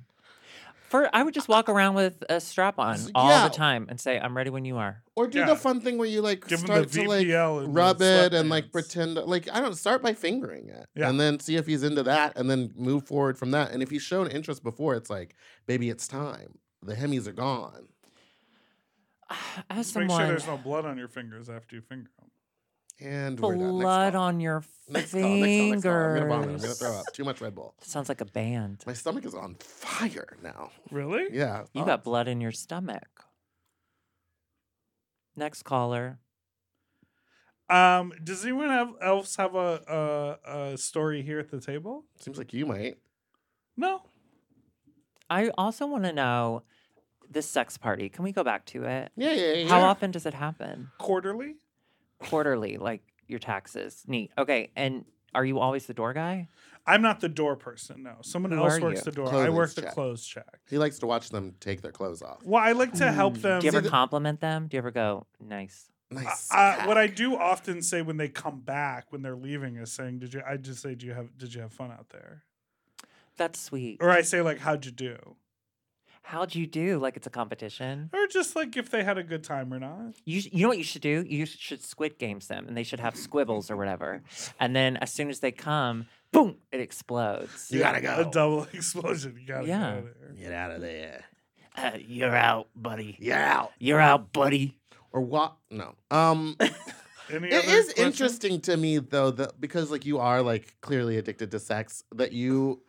For I would just walk around with a strap on
S-
all
yeah.
the time and say, "I'm ready when you are."
Or do
Yeah.
the fun thing where you like
Give 'em the
start to like
VPL and the
rub it and like
sweatpants.
pretend like I don't start by fingering it
Yeah.
and then see if he's into that and then move forward from that. And if he's shown interest before, it's like, baby, it's time. The hemis are gone.
As
Make
someone,
sure there's no blood on your fingers after you finger them.
And we're done. Next
blood
call.
on your
Next
fingers.
call, next call, next call. I'm gonna vomit. I'm gonna throw up. Too much Red Bull.
That sounds like a band.
My stomach is on fire now.
Really?
Yeah. Oh,
You got blood in your stomach. Next caller.
Um, does anyone have, else have a, a a story here at the table?
Seems like you might.
No.
I also want to know this sex party. Can we go back to it?
Yeah, yeah, yeah.
How
yeah.
often does it happen?
Quarterly?
Quarterly, like your taxes. Neat. Okay. And are you always the door guy?
I'm not the door person. No, someone
Who
else
are
works
you?
the door. I
Clothing
work the
check.
clothes check.
He likes to watch them take their clothes off.
Well, I like to help them.
Do you ever
the-
compliment them? Do you ever go, nice?
Nice.
Uh, what I
cock.
do often say when they come back, when they're leaving, is saying, "Did you?" I just say, "Do you have? Did you have fun out there?"
That's sweet.
Or I say, "Like, how'd you do?"
How'd you do? Like it's a competition.
Or just like if they had a good time or not.
You, sh- you know what you should do? You sh- should squid games them and they should have squibbles or whatever. And then as soon as they come, boom, it explodes.
You gotta go.
A double explosion. You gotta
Yeah.
go there.
Get out of there.
Uh, you're out, buddy.
You're out.
You're out, buddy.
Or what? No. Um.
Any
It
other
is
question?
interesting to me though that because like you are like clearly addicted to sex that you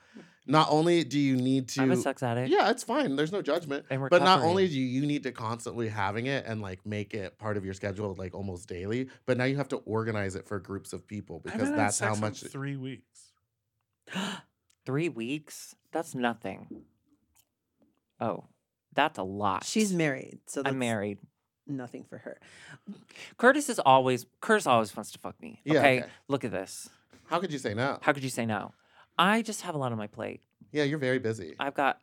not only do you need to
I'm a sex addict.
yeah it's fine there's no judgment
And
but not
recovery.
only do you need to constantly having it and like make it part of your schedule like almost daily but now you have to organize it for groups of people
I
because
haven't had
that's how
sex in
much
three weeks.
Three weeks? That's nothing. Oh, that's a lot.
She's married, so that's
I'm married.
Nothing for her.
Curtis is always Curtis always wants to fuck me.
Yeah,
okay?
okay.
Look at this.
how could you say no
How could you say no? I just have a lot on my plate.
Yeah, you're very busy.
I've got.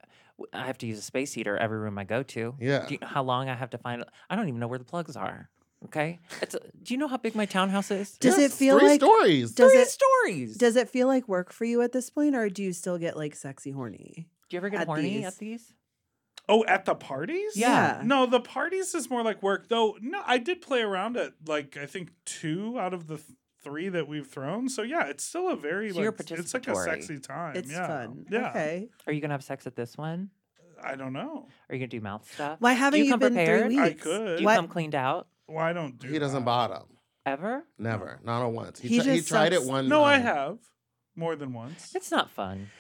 I have to use a space heater every room I go to.
Yeah.
Do you know how long I have to find? I don't even know where the plugs are. Okay. It's a, do you know how big my townhouse is?
Does
Yeah,
it feel
three
like-
stories?
Does
Three
it
stories.
does it feel like work for you at this point, or do you still get like sexy horny?
do you ever get
at
horny
these?
at these?
Oh, at the parties?
Yeah.
No, the parties is more like work though. No, I did play around at like I think two out of the th- three that we've thrown. So yeah, it's still a very
So
like
you're
it's like a
participatory.
sexy time.
It's
yeah.
fun.
Yeah.
Okay.
Are you gonna have sex at this one?
I don't know.
Are you gonna do mouth stuff?
Why haven't
you
you,
come
been
prepared?
three
I
weeks?
Do
could.
you
What?
come cleaned out
Well, I don't do
He doesn't
that.
bottom.
ever?
Never. Not on once. He,
He
tri- he
just
tried it
sucks.
one
No, I
time.
have. More than once.
It's not fun.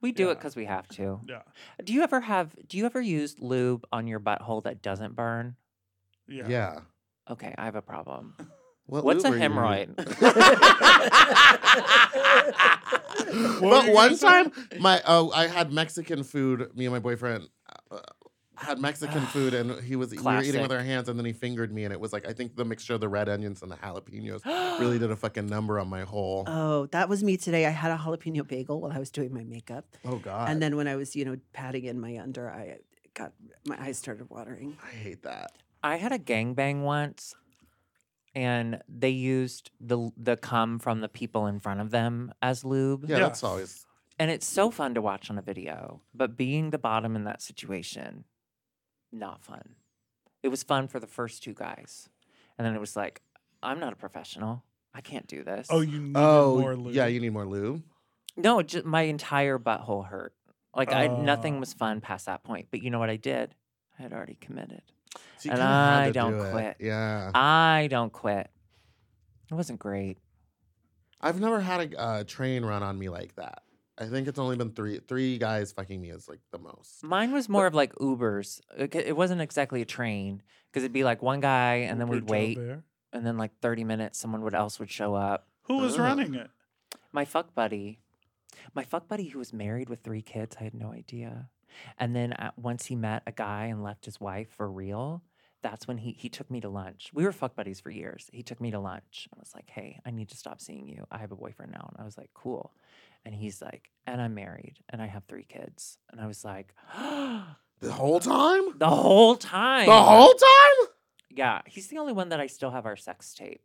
We do it
Yeah.
because we have to.
yeah.
Do you ever have? Do you ever use lube on your butthole that doesn't burn?
Yeah.
Yeah.
Okay, I have a problem.
What
What's a
lube are you using?
hemorrhoid?
What were you
but
gonna
one
say?
time, my oh, I had Mexican food. Me and my boyfriend uh, had Mexican food, and he was we were eating with
Classic.
our hands, and then he fingered me, and it was like I think the mixture of the red onions and the jalapenos really did a fucking number on my whole.
Oh, that was me today. I had a jalapeno bagel while I was doing my makeup,
oh God,
and then when I was, you know, patting in my under eye, it got my eyes started watering.
I hate that.
I had a gangbang once, and they used the the cum from the people in front of them as lube.
Yeah,
Yeah.
that's always
And it's so fun to watch on a video, but being the bottom in that situation, not fun. It was fun for the first two guys, and then it was like, I'm not a professional. I can't do this.
Oh, you need
oh
more lube.
yeah, you need more lube.
No, just my entire butthole hurt. Like I,
Oh.
nothing was fun past that point. But you know what I did? I had already committed.
So you
And
kinda had
I
to
don't
do it.
quit.
Yeah,
I don't quit. It wasn't great.
I've never had a uh, train run on me like that. I think it's only been three three guys fucking me is like the most.
Mine was more of like Ubers. Like, It wasn't exactly a train because it'd be like one guy and then
Uber
we'd wait,
Joe Bear.
and then like thirty minutes, someone would else would show up.
Who was
Ugh.
running it?
My fuck buddy, my fuck buddy who was married with three kids, I had no idea. And then uh once he met a guy and left his wife for real, that's when he he took me to lunch. We were fuck buddies for years. He took me to lunch. I was like, "Hey, I need to stop seeing you. I have a boyfriend now." And I was like, "Cool." And he's like, "And I'm married and I have three kids." And I was like,
The whole time?
"The whole time."
The whole time?
Yeah, he's the only one that I still have our sex tape.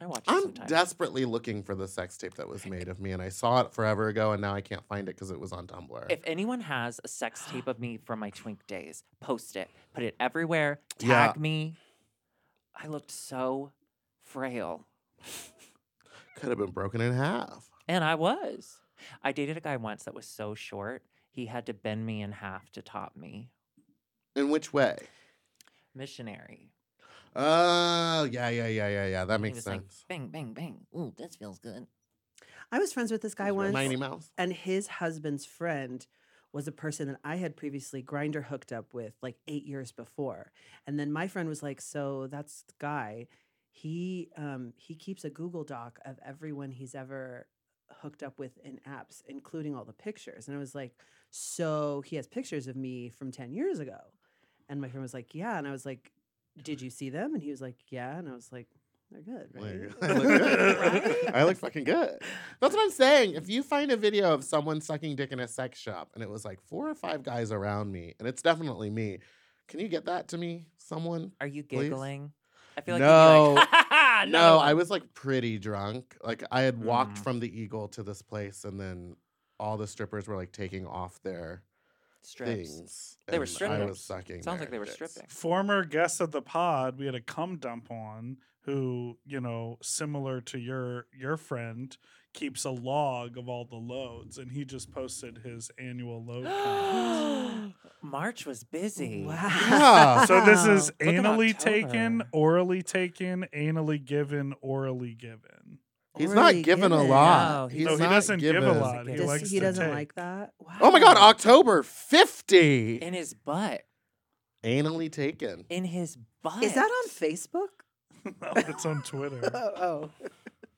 I watch it
I'm
sometimes.
desperately looking for the sex tape that was made of me, and I saw it forever ago, and now I can't find it because it was on Tumblr.
If anyone has a sex tape of me from my twink days, post it. Put it everywhere.
Yeah.
Tag me. I looked so frail.
Could have been broken in half.
And I was. I dated a guy once that was so short, he had to bend me in half to top me.
In which way?
Missionary.
Oh, yeah, yeah, yeah, yeah, yeah. That
He
makes
was like,
sense.
bang, bang, bang. Ooh, this feels good.
I was friends with this guy once.
Mighty Mouse.
and his husband's friend was a person that I had previously grinder hooked up with like eight years before. And then my friend was like, "So that's the guy. He um, he keeps a Google Doc of everyone he's ever hooked up with in apps, including all the pictures." And I was like, "So he has pictures of me from ten years ago." And my friend was like, "Yeah." And I was like, "Did you see them?" And he was like, "Yeah." And I was like, "They're good,
Like,
right?"
I look good.
Right?
I look fucking good. That's what I'm saying. If you find a video of someone sucking dick in a sex shop and it was like four or five guys around me, and it's definitely me, can you get that to me? Someone?
Are you
Please?
giggling? I feel like you'd be
No.
like, ha ha,
no, I was like pretty drunk. Like I had walked
Mm.
from the Eagle to this place, and then all the strippers were like taking off their
strips.
things.
They were
and I
strippers.
was sucking.
Sounds
their
like they were
dicks.
stripping.
former guest of the pod we had a cum dump on who you know similar to your your friend keeps a log of all the loads and he just posted his annual load count.
March was busy.
Wow.
so this is
Look at
anally
October.
taken orally taken anally given orally given
He's not
Orally
giving a
given.
lot.
No,
he's
no he
not
doesn't give a
giving.
lot he
Does-
Does-
likes
Oh he
to
doesn't
take.
like that. Wow.
Oh my God! October fifty.
In his butt.
Anally taken.
In his butt.
Is that on Facebook?
no, it's on twitter
Oh,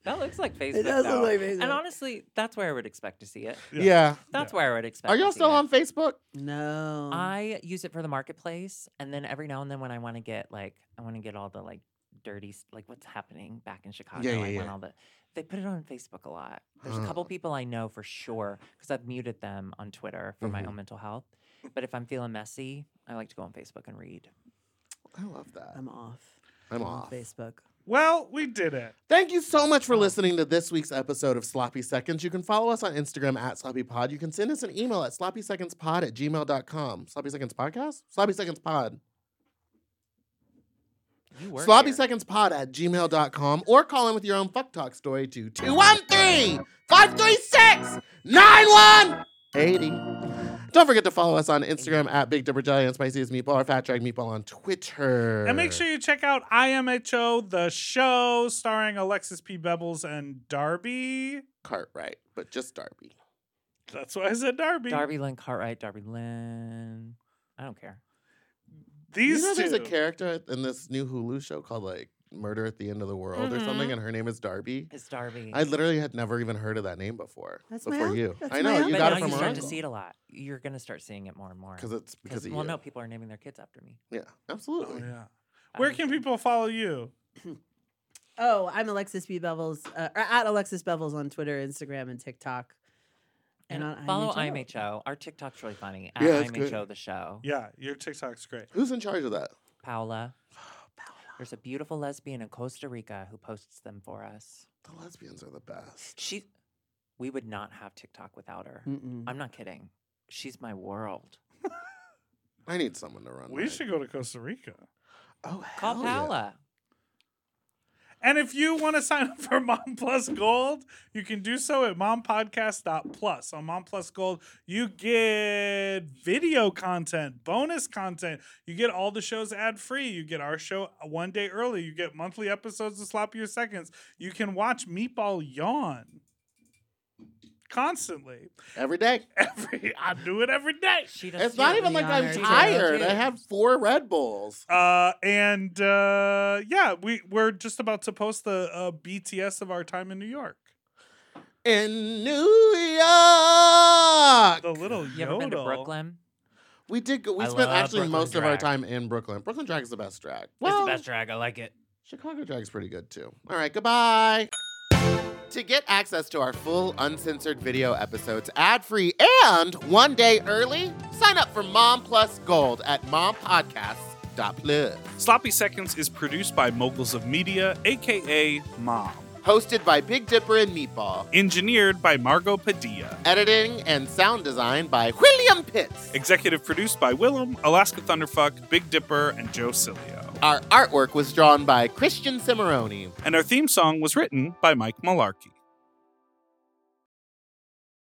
That looks like Facebook.
it does
though.
look like
And honestly, that's where I would expect to see it.
Yeah.
That's where I would expect.
Are
to
y'all
see
still
it.
on Facebook?
No.
I use it for the marketplace, and then every now and then when I want to get like, I want to get all the like dirty, s- like what's happening back in Chicago.
yeah,
I
yeah.
want all the They put it on Facebook a lot. There's a couple people I know for sure because I've muted them on Twitter for my own mental health. But if I'm feeling messy, I like to go on Facebook and read.
I love that.
I'm off.
I'm
on
off.
Facebook.
Well, we did it.
Thank you so much for listening to this week's episode of Sloppy Seconds. You can follow us on Instagram at Sloppy Pod. You can send us an email at sloppysecondspod at gmail.com. Sloppy Seconds Podcast? Sloppy Seconds Pod.
You work
Sloppy
here.
Seconds Pod at gmail.com or call in with your own fuck talk story to 213 536 9180. Don't forget to follow us on Instagram at Big Dipper Jelly and Spicy as Meatball or Fat Drag Meatball on Twitter.
And make sure you check out IMHO, the show starring Alexis P. Bebbles and Darby.
Cartwright, but just Darby.
That's why I said Darby.
Darby Lynn Cartwright, Darby Lynn. I don't care.
These
you know, there's a
two.
character in this new Hulu show called like Murder at the End of the World or something,
Mhm.
and her name is Darby.
It's Darby.
I literally had never even heard of that name before.
That's my
before
aunt.
you.
That's
I
my
know
aunt.
you
but
got
now
it
you're
from her
starting to
uncle.
see it a lot. You're gonna start seeing it more and more.
Because it's because of
well,
you.
no, people are naming their kids after me. Um,
Yeah,
Oh,
absolutely.
yeah. Where can people follow you?
Oh, I'm Alexis B. Bevels, uh, or at Alexis Bevels on Twitter, Instagram, and TikTok.
And,
on
follow
IMHO.
IMHO. Our TikTok's really funny. At
Yeah, it's good.
IMHO the show.
Yeah, your TikTok's great.
Who's in charge of that?
Paola. There's a beautiful lesbian in Costa Rica who posts them for us.
The lesbians are the best.
She we would not have TikTok without her.
Hmm.
Mm-mm.
I'm not kidding. She's my world.
I need someone to run.
We
mine.
should go to Costa Rica.
Oh,
Call
hell yeah.
Paola.
And if you want to sign up for Mom Plus Gold, you can do so at mompodcast.plus. On Mom Plus Gold, you get video content, bonus content. You get all the shows ad free. You get our show one day early. You get monthly episodes of Sloppier Seconds. You can watch Meatball yawn constantly.
every day.
Every I do it every day.
She does
It's not
you're
even like I'm
honored.
tired. I had four Red Bulls.
Uh, and uh, yeah, we we're just about to post the uh, BTS of our time in New York.
In New York,
The little
You ever been to
yodel.
Brooklyn?
we did. Go, we
I
spent
love
actually
Brooklyn
most of our
drag.
time in Brooklyn. Brooklyn drag is the best drag.
It's
Well,
the best drag. I like it.
Chicago Drag's pretty good too. All right, goodbye. To get access to our full uncensored video episodes ad free and one day early, sign up for Mom Plus Gold at mompodcasts.plus.
Sloppy Seconds is produced by Moguls of Media, aka Mom.
Hosted by Big Dipper and Meatball.
Engineered by Margot Padilla.
Editing and sound design by William Pitts.
Executive produced by Willem, Alaska Thunderfuck, Big Dipper, and Joe Cilio.
Our artwork was drawn by Christian Cimarroni.
And our theme song was written by Mike Malarkey.